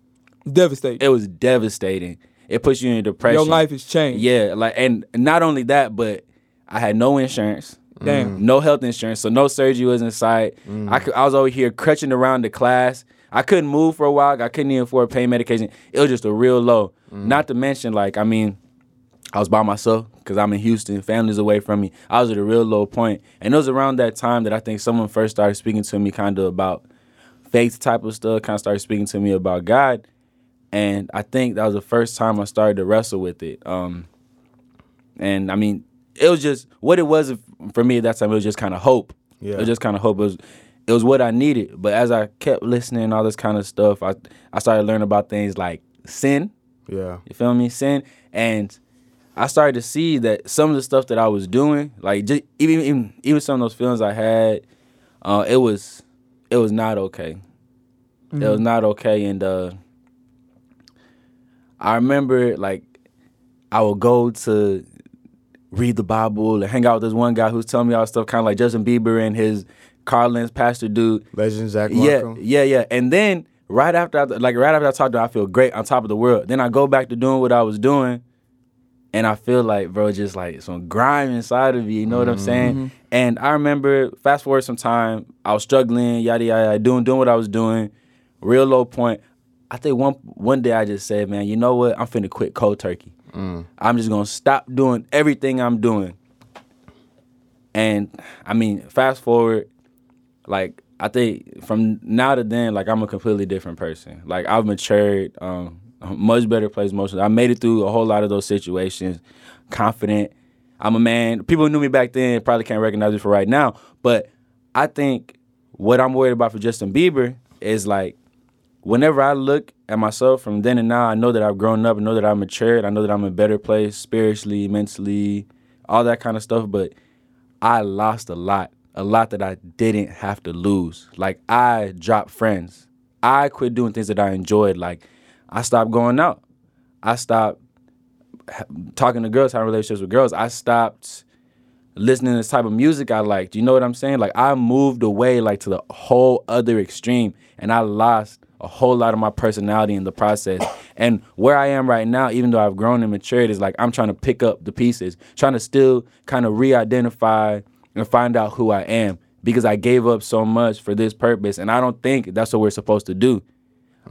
Devastate.
it was devastating. It puts you in depression.
Your life has changed.
yeah. Like, and not only that, but I had no insurance.
Damn.
No health insurance, so no surgery was in sight. I, cou- I was over here crutching around the class. I couldn't move for a while. I couldn't even afford pain medication. It was just a real low. Not to mention, like, I mean, I was by myself because I'm in Houston. Family's away from me. I was at a real low point, and it was around that time that I think someone first started speaking to me, kind of about faith type of stuff. Kind of started speaking to me about God, and I think that was the first time I started to wrestle with it. Um, and I mean, it was just what it was for me at that time. It was just kind of hope.
Yeah.
It was just kind of hope. It was, it was what I needed. But as I kept listening, and all this kind of stuff, I I started learning about things like sin.
Yeah.
You feel me? Sin. And I started to see that some of the stuff that I was doing, like just even even, even some of those feelings I had, uh, it was it was not okay. It was not okay. And uh I remember like I would go to read the Bible and hang out with this one guy who's telling me all this stuff, kinda like Justin Bieber and his Carlin's pastor dude.
Legend Zach
Yeah,
Markham.
yeah, yeah. And then right after, I, like right after I talked to her, I feel great on top of the world. Then I go back to doing what I was doing, and I feel like, bro, just like some grime inside of you. You know what I'm saying? And I remember, fast forward some time, I was struggling, yada yada, yada, doing doing what I was doing, real low point. I think one one day I just said, man, you know what? I'm finna quit cold turkey. I'm just gonna stop doing everything I'm doing. And I mean, fast forward, like I think from now to then, like I'm a completely different person. Like I've matured, um, a much better place emotionally. I made it through a whole lot of those situations, confident. I'm a man. People who knew me back then probably can't recognize me for right now, but I think what I'm worried about for Justin Bieber is like whenever I look at myself from then and now, I know that I've grown up, I know that I've matured, I know that I'm in a better place spiritually, mentally, all that kind of stuff. But I lost a lot, a lot that I didn't have to lose. Like I dropped friends, I quit doing things that I enjoyed. Like I stopped going out, I stopped ha- talking to girls, having relationships with girls. I stopped listening to this type of music I liked. You know what I'm saying? Like I moved away like to the whole other extreme and I lost a whole lot of my personality in the process. And where I am right now, even though I've grown and matured, is like I'm trying to pick up the pieces, trying to still kind of re-identify and find out who I am because I gave up so much for this purpose and I don't think that's what we're supposed to do.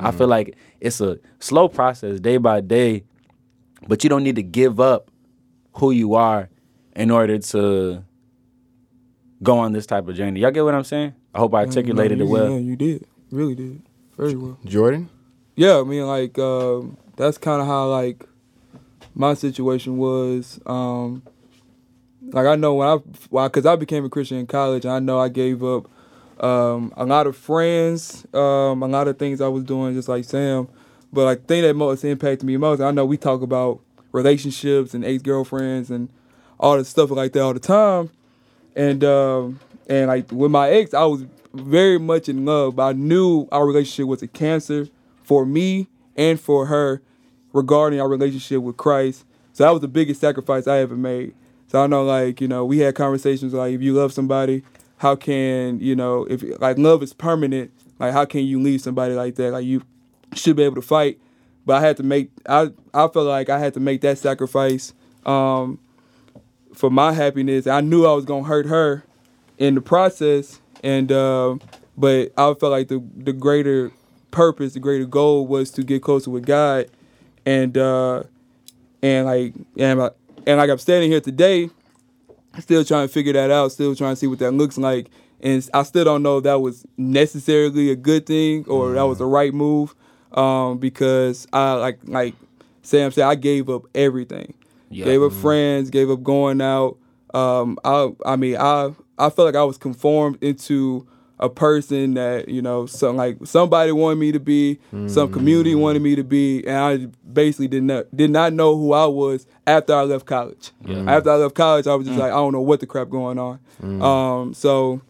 I feel like it's a slow process day by day, but you don't need to give up who you are in order to go on this type of journey. Y'all get what I'm saying? I hope I articulated
No,
it
you- Yeah,
well.
you did. Really did. Very well.
Jordan?
Yeah, I mean, like um, that's kind of how like my situation was. Um, like I know when I, why, because I became a Christian in college. I know I gave up um, a lot of friends, um, a lot of things I was doing, just like Sam. But like the thing that most impacted me most, I know we talk about relationships and ex girlfriends and all this stuff like that all the time. And um, and like with my ex, I was very much in love, but I knew our relationship was a cancer for me and for her regarding our relationship with Christ. So that was the biggest sacrifice I ever made. So I know, like you know, we had conversations like, if you love somebody, how can you know if like love is permanent? Like how can you leave somebody like that? Like you should be able to fight, but I had to make I I felt like I had to make that sacrifice. Um, for my happiness. I knew I was gonna hurt her in the process, and uh, but I felt like the the greater purpose, the greater goal was to get closer with God, and uh, and like and I, and like I'm standing here today, still trying to figure that out, still trying to see what that looks like, and I still don't know if that was necessarily a good thing or that was the right move, um, because I like like Sam said, I gave up everything.
Yeah.
Gave up friends, gave up going out. Um, I I mean I I felt like I was conformed into a person that you know some like somebody wanted me to be, some community wanted me to be, and I basically did not did not know who I was after I left college. After I left college, I was just like I don't know what the crap going on. Um, so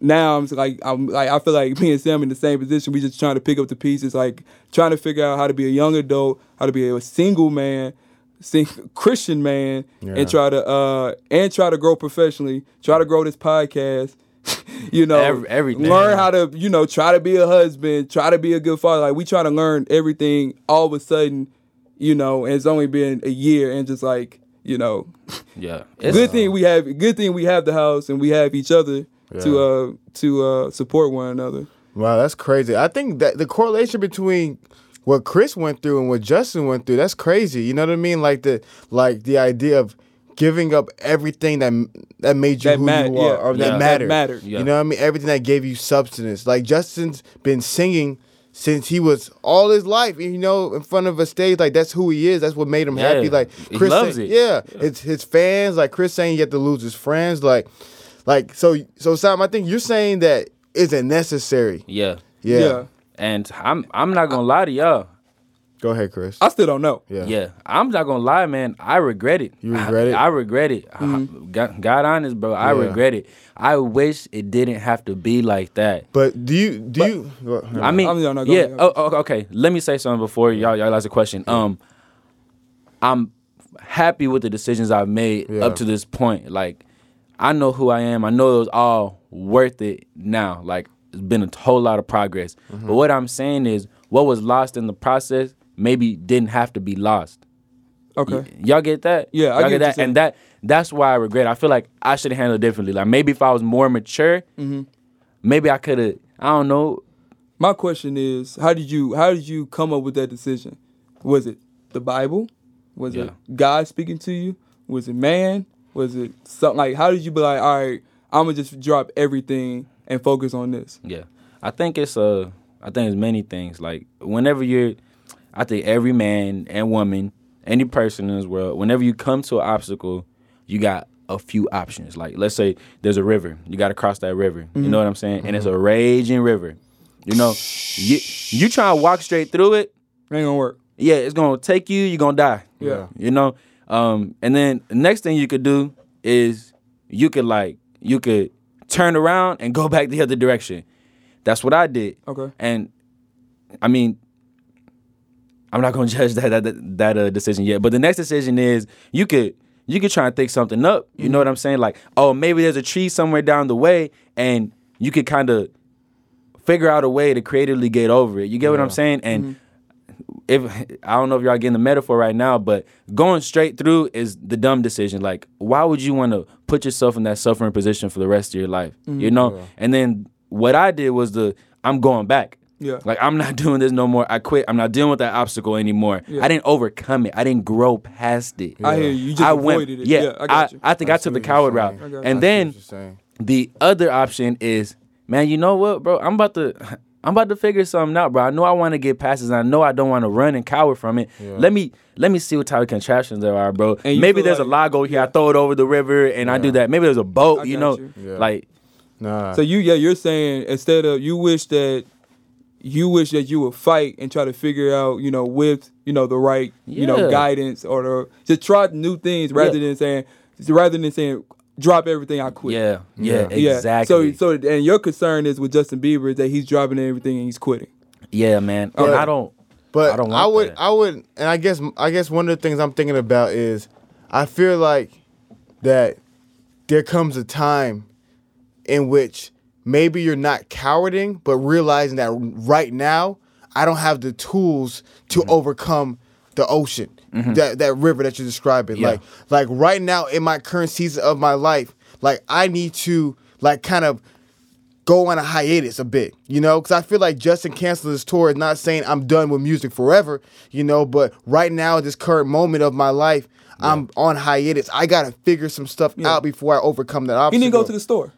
now I'm just like I'm like I feel like me and Sam in the same position. We just trying to pick up the pieces, like trying to figure out how to be a young adult, how to be a single man, sing, Christian man,
Yeah.
and try to uh and try to grow professionally, try to grow this podcast. you know,
Ev- everything.
learn how to you know try to be a husband, try to be a good father. Like we trying to learn everything all of a sudden, you know. And it's only been a year, and just like you know,
Yeah. It's-
good thing we have good thing we have the house and we have each other to uh to uh support one another.
Wow, that's crazy. I think that the correlation between what Chris went through and what Justin went through, that's crazy. You know what I mean? Like the like the idea of giving up everything that that made you
That
who
mat-
you are
yeah,
or
yeah,
that
that
mattered.
mattered.
Yeah.
You know what I mean? Everything that gave you substance. Like Justin's been singing since he was all his life, you know, in front of a stage, like that's who he is. That's what made him
Yeah.
happy. Like
He loves
saying-
it.
Yeah, it's his fans. Like Chris saying, he had to lose his friends. Like, like so, so Sam. I think you're saying that isn't necessary.
yeah.
Yeah.
And I'm I'm not gonna lie to y'all.
Go ahead, Chris.
I still don't know.
Yeah.
Yeah. I'm not gonna lie, man. I regret it.
You regret it?
I, I regret it. I- God, God honest, bro. I
Yeah.
regret it. I wish it didn't have to be like that.
But do you do you? well, never
I
mind.
mean,
I'm- no, no, go
yeah.
ahead, go
Oh, oh, okay. Let me say something before y'all y'all ask a question. Um, I'm happy with the decisions I've made
Yeah.
up to this point. Like, I know who I am. I know it was all worth it now. Like, it's been a whole lot of progress.
Mm-hmm.
But what I'm saying is, what was lost in the process maybe didn't have to be lost.
Okay.
Y- y'all get that?
Yeah,
Y'all
I get what you're
that.
saying.
And that that's why I regret. I feel like I should have handled it differently. Like maybe if I was more mature,
Mm-hmm.
maybe I could have. I don't know.
My question is, how did you how did you come up with that decision? Was it the Bible? Was
Yeah.
it God speaking to you? Was it man? Was it something like how did you be like, all right, I'm gonna just drop everything and focus on this?
Yeah, I think it's uh, I think it's many things. Like whenever you're, I think every man and woman, any person in this world, whenever you come to an obstacle, you got a few options. Like let's say there's a river, you got to cross that river. You know what I'm saying? And it's a raging river. You know, you you try to walk straight through it.
Ain't gonna work.
Yeah, it's gonna take you. You're gonna die.
Yeah.
You know. Um, and then the next thing you could do is you could like you could turn around and go back the other direction. That's what I did.
Okay.
And I mean, I'm not gonna judge that that, that uh, decision yet. But the next decision is you could you could try and think something up. You know what I'm saying? Like, oh, maybe there's a tree somewhere down the way, and you could kind of figure out a way to creatively get over it. You get what I'm saying? And
Mm-hmm.
if I don't know if y'all getting the metaphor right now, but going straight through is the dumb decision. Like, why would you want to put yourself in that suffering position for the rest of your life? You
Mm-hmm.
know? And then what I did was the I'm going back.
Yeah.
Like I'm not doing this no more. I quit. I'm not dealing with that obstacle anymore. I didn't overcome it. I didn't grow past it.
I hear you. You just avoided it.
Yeah,
Yeah, I
I,
got you.
I think I, took the coward route.
I got you.
And then the other option is, man, you know what, bro? I'm about to I'm about to figure something out, bro. I know I want to get passes. And I know I don't want to run and cower from it. Let me let me see what type of contraptions there are, bro.
And you
Maybe
feel
there's a
like-
lago here. I throw it over the river and I do that. Maybe there's a boat,
I
you
got
know.
you.
Yeah.
Like
Nah.
So you yeah, you're saying instead of you wish that you wish that you would fight and try to figure out, you know, with, you know, the right, you know,
Yeah.
guidance or the to try new things rather than saying rather than saying drop everything, I quit.
yeah, yeah,
Yeah.
exactly.
So so and your concern is with Justin Bieber is that he's dropping everything and he's quitting.
yeah, man. And I don't
But I,
I don't want
would,
that.
I would, and I guess, I guess one of the things I'm thinking about is, I feel like that there comes a time in which maybe you're not cowarding, but realizing that right now I don't have the tools to
Mm-hmm.
overcome the ocean, that that river that you're describing.
Yeah.
Like, like right now in my current season of my life, like I need to like kind of go on a hiatus a bit, you know, because I feel like Justin canceling his tour is not saying I'm done with music forever, you know, but right now at this current moment of my life, I'm on hiatus. I gotta figure some stuff out before I overcome that
He
obstacle.
need to go to the store.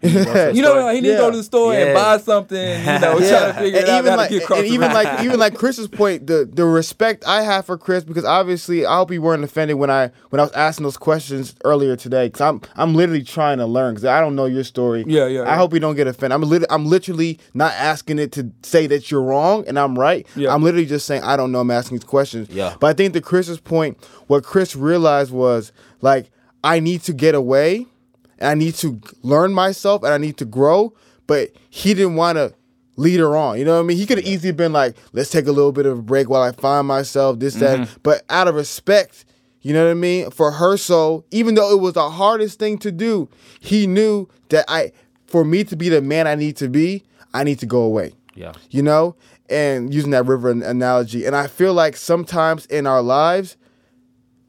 Yeah.
You know, no, he need to go to the store and
Yeah.
buy something, you know, try to figure it
and
out
even
how
like,
to get across
and
the
even
road.
like, even like Chris's point, the the respect I have for Chris because obviously I hope you weren't offended when I when I was asking those questions earlier today because I'm I'm literally trying to learn because I don't know your story.
Yeah, yeah,
I
yeah.
hope you don't get offended. I'm lit- I'm literally not asking it to say that you're wrong and I'm right.
Yeah.
I'm literally just saying I don't know. I'm asking these questions.
Yeah.
But I think to Chris's point, what Chris realized was like I need to get away, and I need to learn myself, and I need to grow. But he didn't want to lead her on. You know what I mean? He could have easily been like, "Let's take a little bit of a break while I find myself." This that, but out of respect. You know what I mean? For her soul, even though it was the hardest thing to do, he knew that I, for me to be the man I need to be, I need to go away
Yeah.
you know, and using that river an- analogy. And I feel like sometimes in our lives,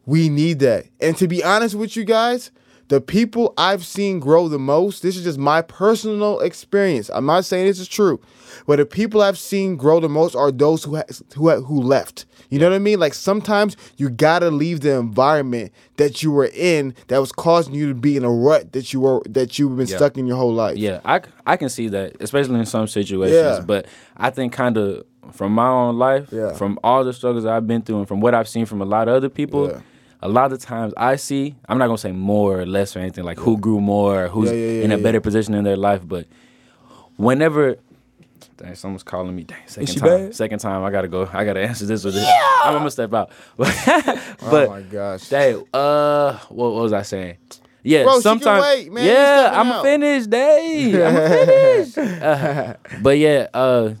we need that. And to be honest with you guys, the people I've seen grow the most, this is just my personal experience. I'm not saying this is true, but the people I've seen grow the most are those who ha- who ha- who left. You know what I mean? Like sometimes you gotta leave the environment that you were in that was causing you to be in a rut that you were that you've been stuck in your whole life.
Yeah, I, c- I can see that, especially in some situations.
Yeah.
But I think kind of from my own life,
Yeah.
from all the struggles I've been through and from what I've seen from a lot of other people,
Yeah.
a lot of times I see, I'm not going to say more or less or anything, like who grew more, or who's
Yeah, yeah, yeah,
in a
yeah,
better position in their life. But whenever, dang, someone's calling me, dang, second
she
time,
bad?
second time, I got to go, I got to answer this with this. I'm, going to step out. but,
Oh my gosh.
Dang, uh, what, what was I saying? Yeah,
Bro, she can
sometimes.
wait, man. You
Yeah,
stepping
I'm
out.
finished, day. I'm finished. Uh, but yeah, uh,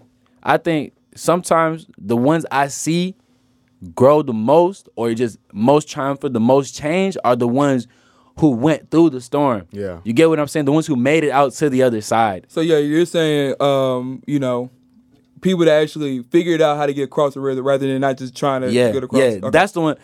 I think sometimes the ones I see grow the most, or just most trying for the most change, are the ones who went through the storm.
Yeah.
you get what I'm saying. The ones who made it out to the other side.
So yeah, you're saying um, you know, people that actually figured out how to get across the river rather than not just trying to
Yeah,
get across.
yeah.
Okay.
That's the one.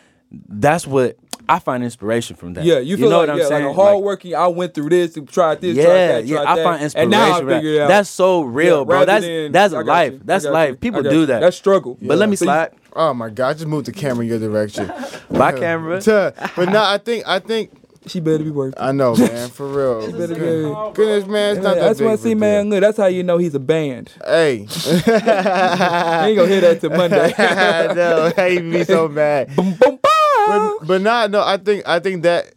That's what I find inspiration from that.
yeah, you feel
know
like
what I'm
yeah,
saying?
like a hard working. I went through this, tried this, tried
yeah,
that, tried
yeah.
that,
I find inspiration.
and now I
from that.
figure it out.
That's so real,
Yeah,
bro.
rather
That's
than-
that's
I got
life.
you, I
That's
got
life.
you,
People
I got
do
you.
that.
That's struggle.
But let me
So you-
slide
Oh my god, I just moved the camera in your direction.
my camera.
Tuh. But no, I think I think
She better be worth. it.
I know, man. For real.
better be.
Goodness, man, it's not that
that's
big.
why I
of
see,
a
man.
deal.
Look, that's how you know he's a band.
Hey,
You ain't gonna hear that till Monday.
I know. Hey, be so bad.
boom, boom, boom.
But, but nah, no, I think I think that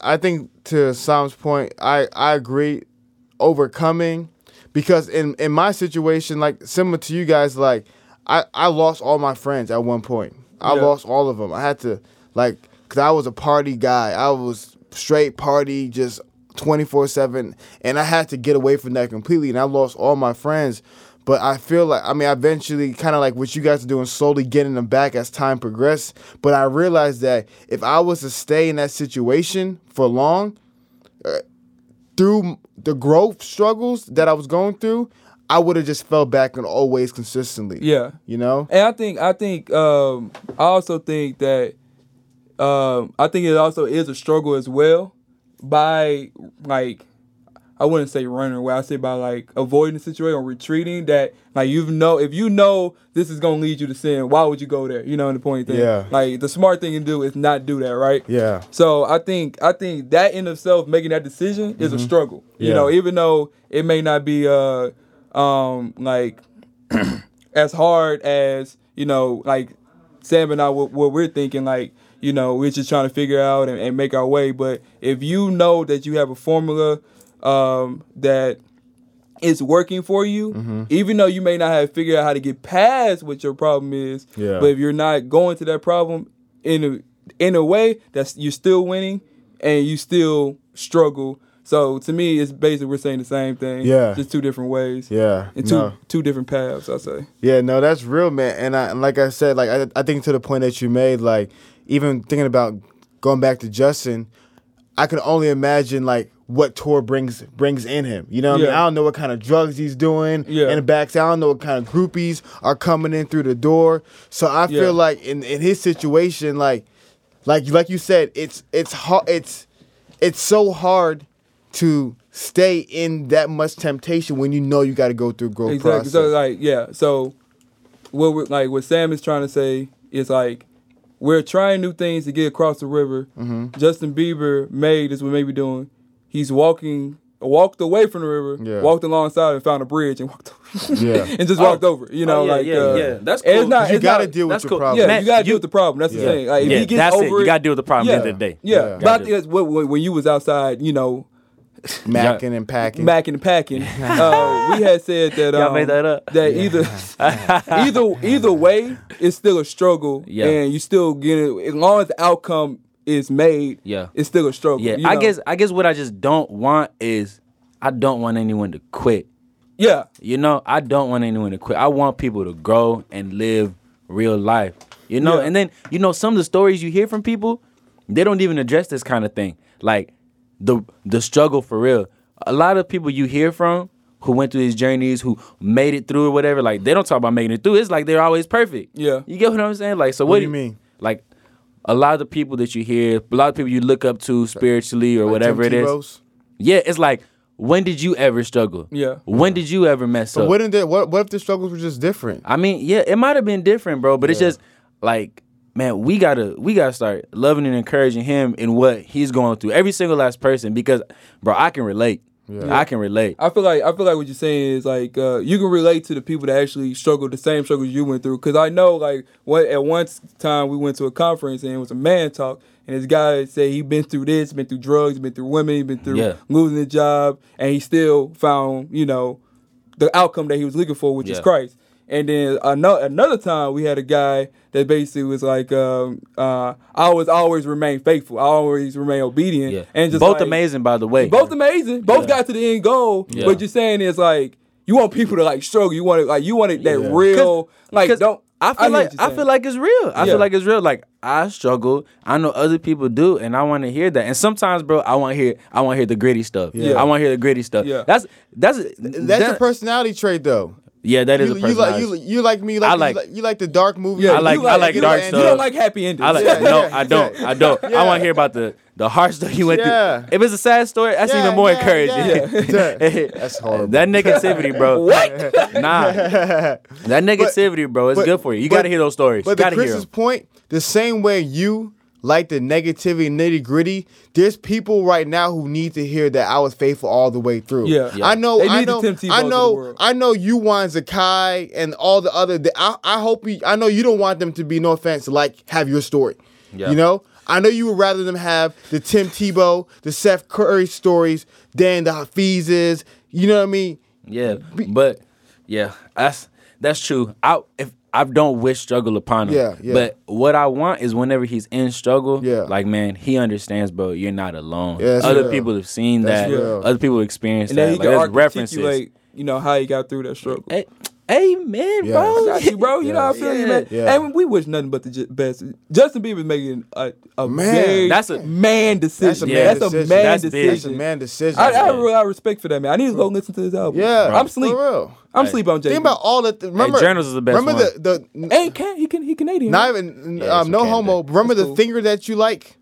I think to Psalm's point, I I agree. Overcoming, because in in my situation, like similar to you guys, like I I lost all my friends at one point. I
Yeah.
lost all of them. I had to like because I was a party guy. I was straight party, just twenty four seven, and I had to get away from that completely. And I lost all my friends. But I feel like I mean, I eventually, kind of like what you guys are doing, slowly getting them back as time progressed. But I realized that if I was to stay in that situation for long, uh, through the growth struggles that I was going through, I would have just fell back and always consistently.
Yeah.
You know?
And I think I think um, I also think that um, I think it also is a struggle as well by like I wouldn't say running away. I say by like avoiding the situation or retreating. That like you know if you know this is gonna lead you to sin, why would you go there? You know, in the point thing.
Yeah.
Like the smart thing to do is not do that, right?
Yeah.
So I think I think that in itself making that decision is a struggle. You
Yeah.
know, even though it may not be uh um like as hard as you know like Sam and I what, what we're thinking like you know we're just trying to figure out and, and make our way. But if you know that you have a formula um that is working for you,
Mm-hmm.
even though you may not have figured out how to get past what your problem is.
Yeah.
But if you're not going to that problem in a, in a way that's you're still winning and you still struggle. So to me, it's basically we're saying the same thing.
Yeah.
Just two different ways.
Yeah.
And two
no.
two different paths. I say.
Yeah, no, that's real, man. And I and like I said, like I, I think to the point that you made, like even thinking about going back to Justin, I can only imagine like what Tor brings brings in him. You know what I mean?
Yeah.
I don't know what kind of drugs he's doing
Yeah.
in the backs. I don't know what kind of groupies are coming in through the door. So I feel
Yeah.
like in, in his situation, like like like you said, it's it's hard it's it's so hard to stay in that much temptation when you know you got to go through growth
Exactly.
process.
So like yeah. So what we're, like what Sam is trying to say is like we're trying new things to get across the river.
Mm-hmm.
Justin Bieber made is what may be doing. He's walking walked away from the river,
Yeah.
walked alongside and found a bridge and walked
Yeah.
and just walked over. You know,
Oh, yeah,
like
yeah,
uh,
yeah. That's
it's
cool.
not-
you
it's
got to
not-
deal with
that's
your
cool.
problem.
Yeah,
Matt,
you gotta deal
you-
with the problem. That's
Yeah.
the thing. Like if
yeah,
he gets
that's it.
over
You gotta deal with the problem at the end of the day.
Yeah,
Yeah.
but I
Gotta
think that's what when, when you was outside, you know,
macking and packing.
Mac and packing. uh, we had said that um,
Y'all made that up.
either either either way, it's still a struggle.
Yeah.
and you still get it as long as the outcome is made.
Yeah.
it's still a struggle.
Yeah,
you
I
know?
guess I guess what I just don't want is I don't want anyone to quit.
Yeah,
You know, I don't want anyone to quit. I want people to grow and live real life. You know,
Yeah.
and then you know some of the stories you hear from people, they don't even address this kind of thing. Like the the struggle for real. A lot of people you hear from who went through these journeys, who made it through or whatever, like they don't talk about making it through. It's like they're always perfect.
Yeah.
You get what I'm saying? Like so what,
do you mean?
Like a lot of the people that you hear, a lot of people you look up to spiritually or whatever it
Tim T.
is.
Rose.
Yeah, it's like when did you ever struggle?
Yeah.
When did you ever mess up?
Wouldn't they, what what if the struggles were just different?
I mean, yeah, it might have been different, bro, but it's just like, man, we gotta we gotta start loving and encouraging him in what he's going through. Every single last person, because bro, I can relate. I can relate.
I feel like I feel like what you're saying is like uh, you can relate to the people that actually struggled the same struggles you went through. Because I know like what at one time we went to a conference and it was a man talk, and this guy said he been through this, been through drugs, been through women, been through
Yeah.
losing a job, and he still found you know the outcome that he was looking for, which is
Yeah.
Christ. And then another another time we had a guy that basically was like, um, uh, I was always remain faithful, I always remain obedient,
yeah.
and just
both
like-
amazing, by the way.
both amazing. Both got to the end goal.
Yeah.
But you're saying is like you want people to like struggle. You want it like you want it that real
'Cause-
like
'cause
don't.
I feel
hear
like
what you're
I
saying.
feel like it's real. I
Yeah.
feel like it's real. Like I struggle. I know other people do, and I want to hear that. And sometimes, bro, I want to hear I want to hear the gritty stuff.
Yeah.
I want to hear the gritty stuff.
Yeah.
That's that's
That's
that-
a personality trait, though.
Yeah, that is
You,
a
you like
personality.
you, you like me. you Like,
I
you
like-
like you like the dark movie.
Yeah,
I like-
you
I like
you
dark
don't-
stuff.
You don't like happy endings.
I like
Yeah,
no,
yeah,
I don't. I don't. I want to hear about the the harsh stuff he went
Yeah.
through. If it's a sad story, that's
Yeah,
even more
yeah,
encouraging.
yeah. That's horrible.
That negativity, bro. what? Nah. That negativity, bro. It's
but-
good for you. You
but-
gotta hear those stories.
But
You
to
gotta hear
Chris's
them.
point, the same way you like the negativity, nitty gritty, there's people right now who need to hear that I was faithful all the way through.
Yeah. Yeah.
I know.
They
I
need the
know.
Tim Tebow's
I
of the
know.
world.
I know you want Zakai and all the other. I, I hope you. I know you don't want them to be. No offense. Like have your story.
Yeah.
You know. I know you would rather them have the Tim Tebow, the Seth Curry stories than the Hafizes. You know what I mean?
Yeah, but yeah, that's that's true. I if I don't wish struggle upon him.
Yeah, yeah.
But what I want is whenever he's in struggle,
Yeah.
like man, he understands, bro. You're not alone.
Yeah, that's
Other
real.
people have seen
That's
that.
real.
Other people experience
And then
that.
he
Like,
can
there's references.
articulate, you know, how he got through that struggle.
Hey, amen,
Yeah.
bro.
I got you, bro. You know, I
Yeah.
feel you, man.
Yeah.
And we wish nothing but the ju- best. Justin Bieber's making a, a
Man.
very
That's a-
man decision.
That's a man
That's
decision.
A man
That's big.
decision.
That's a man decision.
I, I,
bro.
really, I respect for that man. I need to go listen to his album.
yeah,
I'm sleep.
For real.
I'm sleep on Jay.
Think about all the th- remember.
Journals is the best
Remember
one.
the the
and can he can he Canadian?
not
right?
even
Yeah, it's
um, no
okay,
homo. Remember the
cool.
finger that you like.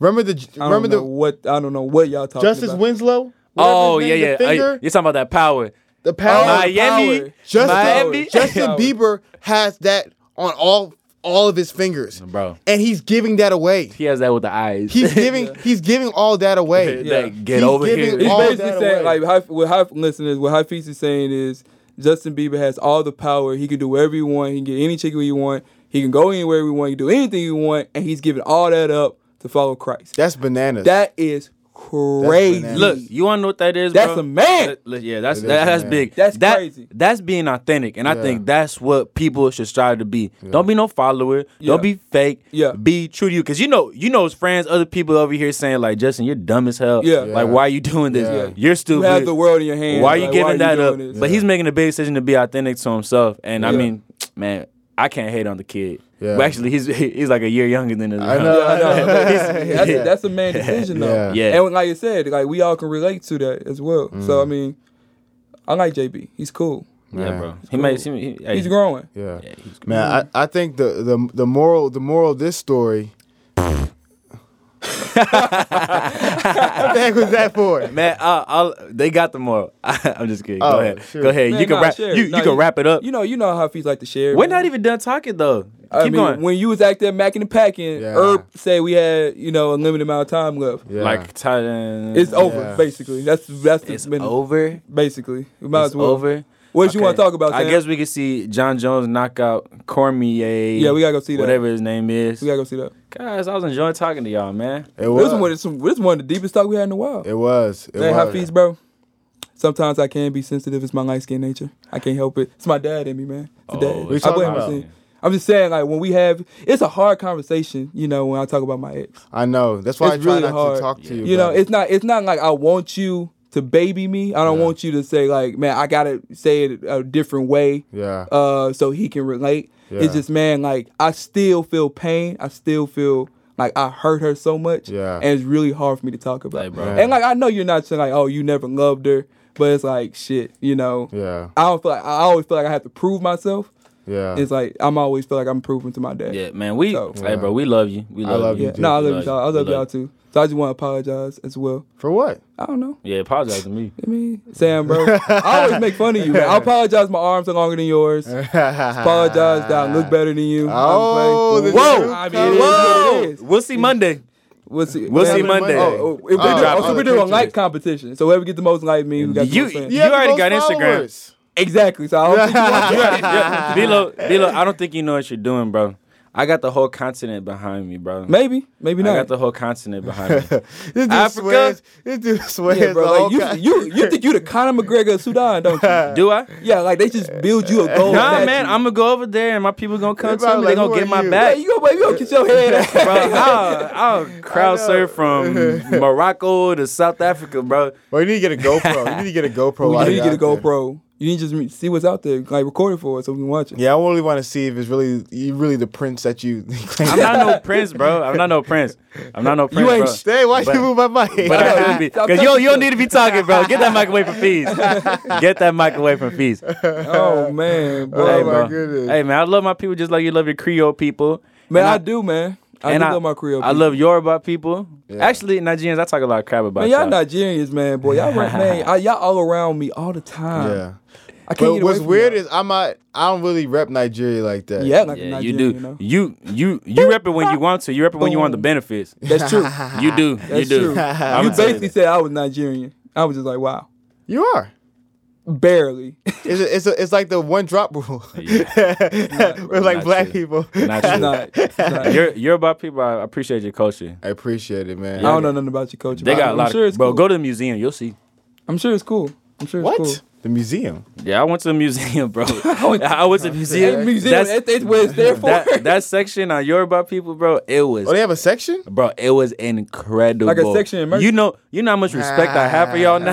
Remember the
I don't
remember
know
the
what I don't know what y'all talking
Justice
about.
Winslow.
Oh
Whatever
yeah,
his name,
yeah.
The
Hey,
finger,
you're talking about that power.
the power.
Miami,
power.
Justin,
Miami.
Justin
Power.
Bieber has that on all all of his fingers,
Bro.
and he's giving that away.
He has that with the eyes.
He's giving he's giving all that away.
Yeah.
Like, get
He's
over
giving
here.
all-
He's basically
that
saying
away.
like Hype- what Hype listeners, what Hypebeast is saying is Justin Bieber has all the power. He can do whatever he want. He can get any chick he want. He can go anywhere he want. He can do anything he want, and he's giving all that up to follow Christ.
That's bananas.
That is crazy.
bananas.
Look, you wanna know what that is?
That's
bro?
a man.
That- li- yeah, that's
It is
that,
a
that's
man.
big.
That's
That-
crazy.
That's being authentic, and I
Yeah.
think that's what people should strive to be. Don't be no follower.
Yeah.
Don't be fake.
Yeah.
Be true to you, because you know, you know, his friends, other people over here saying like, Justin, you're dumb as hell.
Yeah.
Like, why are you doing this?
Yeah.
You're
you
stupid.
have the world in your hands.
Why are you
Like,
giving that
doing
up?
this?
But he's making a big decision to be authentic to himself, and I
Yeah.
mean, man, I can't hate on the kid.
Yeah.
Well, actually, he's he's like a year younger than us.
I know.
Yeah, I know.
Yeah.
that's, that's a man decision, though.
Yeah.
Yeah.
And like I said, like we all can relate to that as well.
Mm.
So I mean, I like JB. He's cool.
Yeah,
Man.
bro. He might see me.
He's growing.
Yeah.
Yeah, he's
Man, I, I think the, the the moral the moral of this story. what the heck was that for?
Man, I'll, I'll, they got the moral. I'm just kidding.
Oh,
go ahead.
sure.
Go ahead.
Man,
you can
nah,
wrap.
share.
You,
Nah,
you can wrap it up.
You know, you know how he's like to share.
We're
man.
not even done talking though. Keep
I mean,
going.
When you was out there macking and packing,
Yeah.
Herb said we had you know a limited amount of time left.
Yeah.
Like Titan.
It's over
Yeah.
basically. That's that's the
It's
minute.
over.
Basically, we might
it's
as well.
over.
What you want
Okay.
to talk about?
I
Sam?
guess we could see John Jones knock out Cormier.
Yeah, we gotta go see that.
Whatever his name is.
we gotta go see that.
Guys, I was enjoying talking to y'all, man.
It
This
was.
one is some, this is one of the deepest talk we had in a while.
It was. It
Man,
was.
Hafiz, bro. Sometimes I can be sensitive. It's my light skin nature. I can't help it. It's my dad in me, man. It's
Oh,
the dad.
what
you
I
talking
blame my
about?
sin. I'm just saying, like when we have, it's a hard conversation. You know, when I talk about my ex.
I know. That's why
It's
I try
really
not
hard.
to talk to you.
you know
about it.
it's not it's not like i want you to baby me i don't want you to say like man i gotta say it a different way
yeah.
uh so he can relate
Yeah.
it's just man like i still feel pain i still feel like i hurt her so much
Yeah.
and it's really hard for me to talk about
Like, bro.
and like i know you're not saying like oh you never loved her but it's like shit you know
yeah.
i don't feel like i always feel like i have to prove myself
Yeah.
it's like i'm always feel like i'm proving to my dad
Yeah, man. We,
So-
hey, bro. We love you. We
I
love,
love
you.
you,
yeah no i
We
love y'all i
We
love y'all too so i just want to apologize as well
For what?
i don't know
you. Yeah, apologize to me.
I mean, Sam, bro, I always make fun of you. Man. I apologize. My arms are longer than yours. Apologize that I look better than you. I'm
Ah. Oh,
playing.
the truth
I
comes
mean, it
out.
is what it is.
We'll see Monday.
We'll see.
We'll
man,
see
man,
Monday.
Oh, oh, if we do,
Oh,
oh, so
oh,
we're doing a
pictures.
like competition. So whoever get the most like me, we got the
You-
most fans.
you- already got Instagram.
exactly. So I don't think you want that.
yeah, Bilo, Bilo, I don't think you know what you're doing, bro. I got the whole continent behind me, bro.
Maybe, maybe
I
not.
got the whole continent behind me.
This dude
Africa?
swears. This dude swears.
yeah,
the
bro.
whole
Like, you,
con-
you, you think you the Conor McGregor of Sudan, don't you?
Do I?
Yeah, like they just build you a goal.
Nah,
statue.
man. I'm gonna go over there, and my people gonna come
They
to me.
probably like,
They gonna
"Who
get
are
my
you?"
Yeah,
back,
you go, baby. You gonna get your head. out.
bro. I'll, I'll crowd
know.
surf from Morocco to South Africa, bro.
Well, you need to get a GoPro. You need to get a GoPro.
You
while
need to
you're
get a
out there.
GoPro. You need to just re- see what's out there, like record it for us so we can watch it.
Yeah, I really want to see if it's really, you really the prince that you. claim.
I'm not no prince, bro. I'm not no prince. I'm not no prince.
ain't
bro.
sh-
Hey, why
But-
you move my mic?
But I
Yeah.
should be.
Stop
Because you, don't-
touching
you don't need to be talking, bro. Get that mic away from Fees. Get that mic away from Fees. Hey,
Oh man, boy.
Oh, my
bro.
goodness.
Hey, man, I love my people just like you love your Creole people.
man,
And
I, do, man. I do
and
love my Creole.
I
people.
love Yoruba people. Actually, Nigerians, I talk a lot of crap about
Man, y'all Nigerians, man, boy, y'all right, man, I, y'all all around me all the time.
yeah.
I um, can't
But
get away
what's
from
weird
y'all.
is I'm not. I don't really rep Nigeria like that.
yeah, like a
yeah, you
Nigerian,
do.
you
You,
know?
you you rep it when you want to. You rep it when you want the
Boom.
benefits.
That's true.
You do. you
That's
do.
true.
I'ma
you
tell you
basically said I was Nigerian. I was just like, wow,
You are.
barely.
It's a, it's a, it's like the one drop rule. We're like
not
black
true.
people.
Not true.
Not- not-
You're Yoruba people. I appreciate your culture.
I appreciate it, man.
I don't know nothing about your culture.
They
but
got
I'm
a lot
sure
of
it's
bro.
cool.
Go to the museum. You'll see.
I'm sure it's cool. I'm sure it's
What?
cool.
The museum.
Yeah, I went to the museum, bro. I went to the museum.
Hey, museum, that's,
That's-
that's, what it's there for.
that, that section on Yoruba people, bro, it was
Oh, they have a section?
Bro, it was incredible.
Like a section in merch.
You know, you know how much respect I have for y'all now.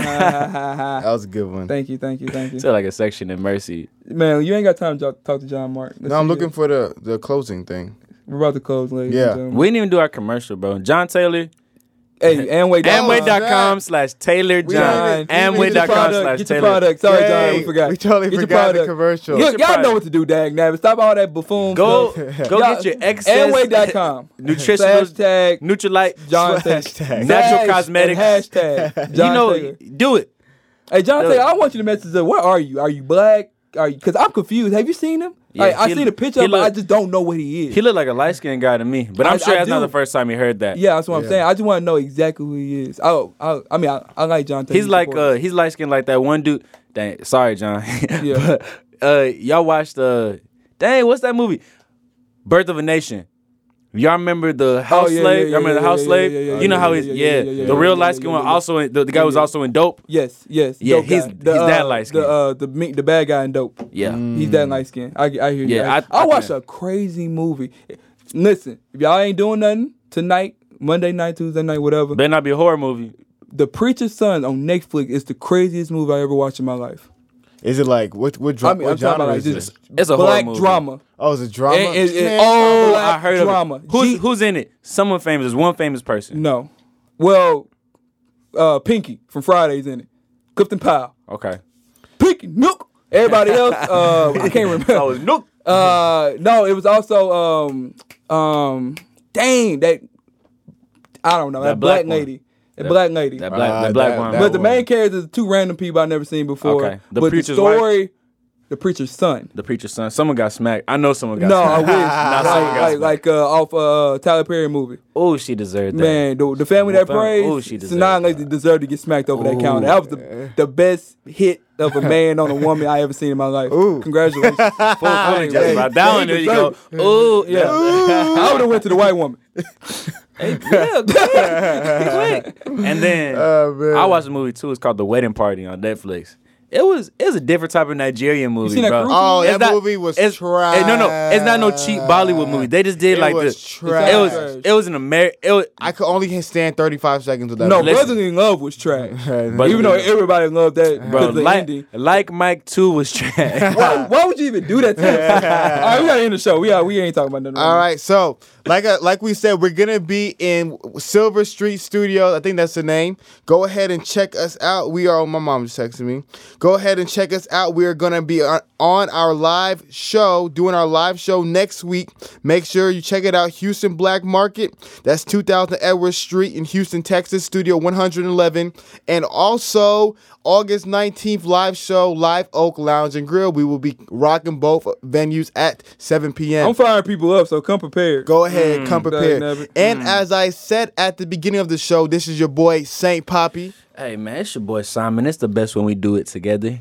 That was a good one.
thank you, thank you, thank you.
It's like a section in mercy.
Man, you ain't got time to jo- talk to John Mark.
No, I'm looking for the, the closing thing.
We're about to close, ladies
Yeah.
and gentlemen.
We didn't even do our commercial, bro. John Taylor,
Hey, Amway.
Amway.com
that.
slash Taylor
We didn't
John.
even- we didn't even get
Amway.com
the product.
slash
Get your
Taylor.
product. Sorry,
Yay.
John, we forgot.
We totally
Get your
forgot the
product.
commercial.
Y'all-
Get your
y'all know
product.
what to do, Dag Nabbit. Stop all that buffoon.
Go,
stuff.
go
Y'all-
get your excess
Amway.com.
nutritional
Hashtag
Nutrilite,
John
Slash
Taylor.
tag.
Natural
Slash and
cosmetics.
Hashtag John
you know,
Taylor.
do it.
Hey, John
Yo.
Taylor, I want you to message up. What are you? Are you black? Are you? Because I'm confused. Have you seen him?
Yeah,
like, I
he-
seen a picture,
he
of him, but I
look-
just don't know what he is.
He looked like a light skinned guy to me, but I'm
I-
sure
I
that's not
do.
the first time he heard that.
yeah, that's what I'm
Yeah.
saying. I just want to know exactly who he is. Oh, I, I mean, I, I like John Taylor.
He's like
support.
uh he's light skinned like that one dude. Dang, sorry, John.
Yeah.
but, uh y'all watched uh dang, what's that movie? Birth of a Nation. Y'all remember the house
Oh, yeah, yeah,
slave?
yeah,
Y'all remember the
yeah,
house
yeah,
slave?
yeah, yeah,
you know
yeah,
how
yeah,
he's
yeah,
yeah,
yeah, yeah, yeah,
the real
yeah,
light skin
yeah,
one
yeah,
also in, the, the guy was
yeah.
also in dope.
Yes, yes.
Yeah,
dope
he's-
guy.
he's that
uh,
light-skinned.
The uh, the me- the bad guy in dope.
Yeah.
He's that light skin. I, I hear you.
Yeah,
I,
I-
I watched
yeah.
a crazy movie. Listen, if y'all ain't doing nothing tonight, Monday night, Tuesday night, whatever,
Better not be a horror movie.
The Preacher's Son on Netflix is the craziest movie I ever watched in my life.
Is it like what what, dra-
I mean,
what
I'm talking
genre
about like
is
this
this?
It's a horror
black
movie.
drama.
Oh, it's a drama.
It- it- it-
Man,
oh,
black-
I heard
drama.
of it. Who's
G-
who's in it? Someone famous. There's one famous person.
No. Well, uh, Pinky from Fridays in it. Clifton Powell.
Okay.
Pinky, Nook. Everybody else, uh, I can't remember.
Oh, it's Nook.
Uh, no, it was also um um dang that I don't know that,
That black
black,
one.
lady, that,
That-
black lady.
That black,
Ah,
that black
that-
one.
that
but the
one.
main characters are two random people I've never seen before.
Okay. The
but the
preacher's
story, the preacher's son.
the preacher's son. Someone got smacked. I know someone got
No, I
smacked.
wish like
someone got
like, like uh, off uh Tyler Perry movie.
oh, she deserved that.
Man, the, the family that
Well, fam- ooh,
prays,
she
it's
deserved
not
that.
like they deserve to get smacked over that counter. That was the, the best hit of a man on a woman I ever seen in my life.
Ooh.
Congratulations. Full
Hey, just about that one. There you go. Ooh, yeah.
I would have went to the white woman.
yeah, quick, quick. And then
Uh,
Oh, man.
I watched a movie too. It's called The Wedding Party on Netflix. It was it was a different type of Nigerian movie,
seen that
bro.
Crucible?
Oh,
It's
that
not-
movie was
it's,
trash.
eh, No, no, it's not no cheap Bollywood movie. They just did
It
like
was
this.
trash.
It was it was an American. It was
I could only stand 35 seconds of that.
No,
movie.
Listen.
Brotherly in Love was trash.
Brotherly
even though
Love.
everybody loved that,
bro,
bro, the
like,
ending.
like Mike Two was trash.
Why, why would you even do that? To us? All right, we gotta end the show. We are, we ain't talking about nothing.
All right, so like I, like we said, we're gonna be in Silver Street Studios. I think that's the name. Go ahead and check us out. We are. My mom just texted me. Go ahead and check us out. We are gonna be on, on our live show, doing our live show next week. Make sure you check it out. Houston Black Market. That's 2000 Edwards Street in Houston, Texas, Studio 111, and also August 19th live show, Live Oak Lounge and Grill. We will be rocking both venues at 7 p.m.
I'm firing people up, so come prepared.
Go ahead, come prepared.
Doug Nabbit.
And as I said at the beginning of the show, this is your boy Saint Poppy.
hey man, it's your boy Simon. It's the best when we do it together.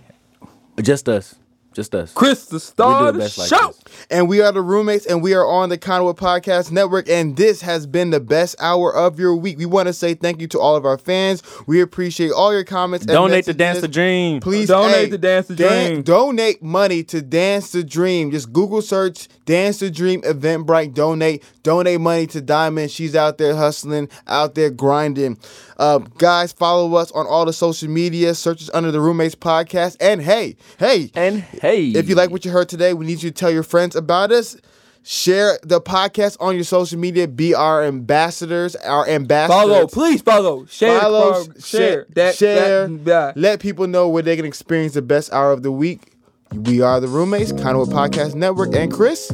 Just us, just us.
Chris, the
We
star
do
of
it
the
best like
show.
this.
And we are the roommates, and we are on the Conwood Podcast Network. And this has been the best hour of your week. We want to say thank you to all of our fans. We appreciate all your comments. and
Donate to Dance
messages.
the Dream.
Please
Donate
hey,
to Dance the Dream.
Donate money to Dance the Dream. Just Google search Dance the Dream Eventbrite. Donate. Donate money to Diamond. She's out there hustling, out there grinding. Uh, guys, follow us on all the social media. Search us under the Roommates Podcast. And hey, hey,
And hey,
if you like what you heard today, we need you to tell your friends about us. Share the podcast on your social media. Be our ambassadors. Our ambassadors.
Follow, please follow, share,
Follow,
follow,
share,
share, that,
share.
that, that.
Let people know where they can experience the best hour of the week. We are the roommates, Conway Podcast Network, and Chris.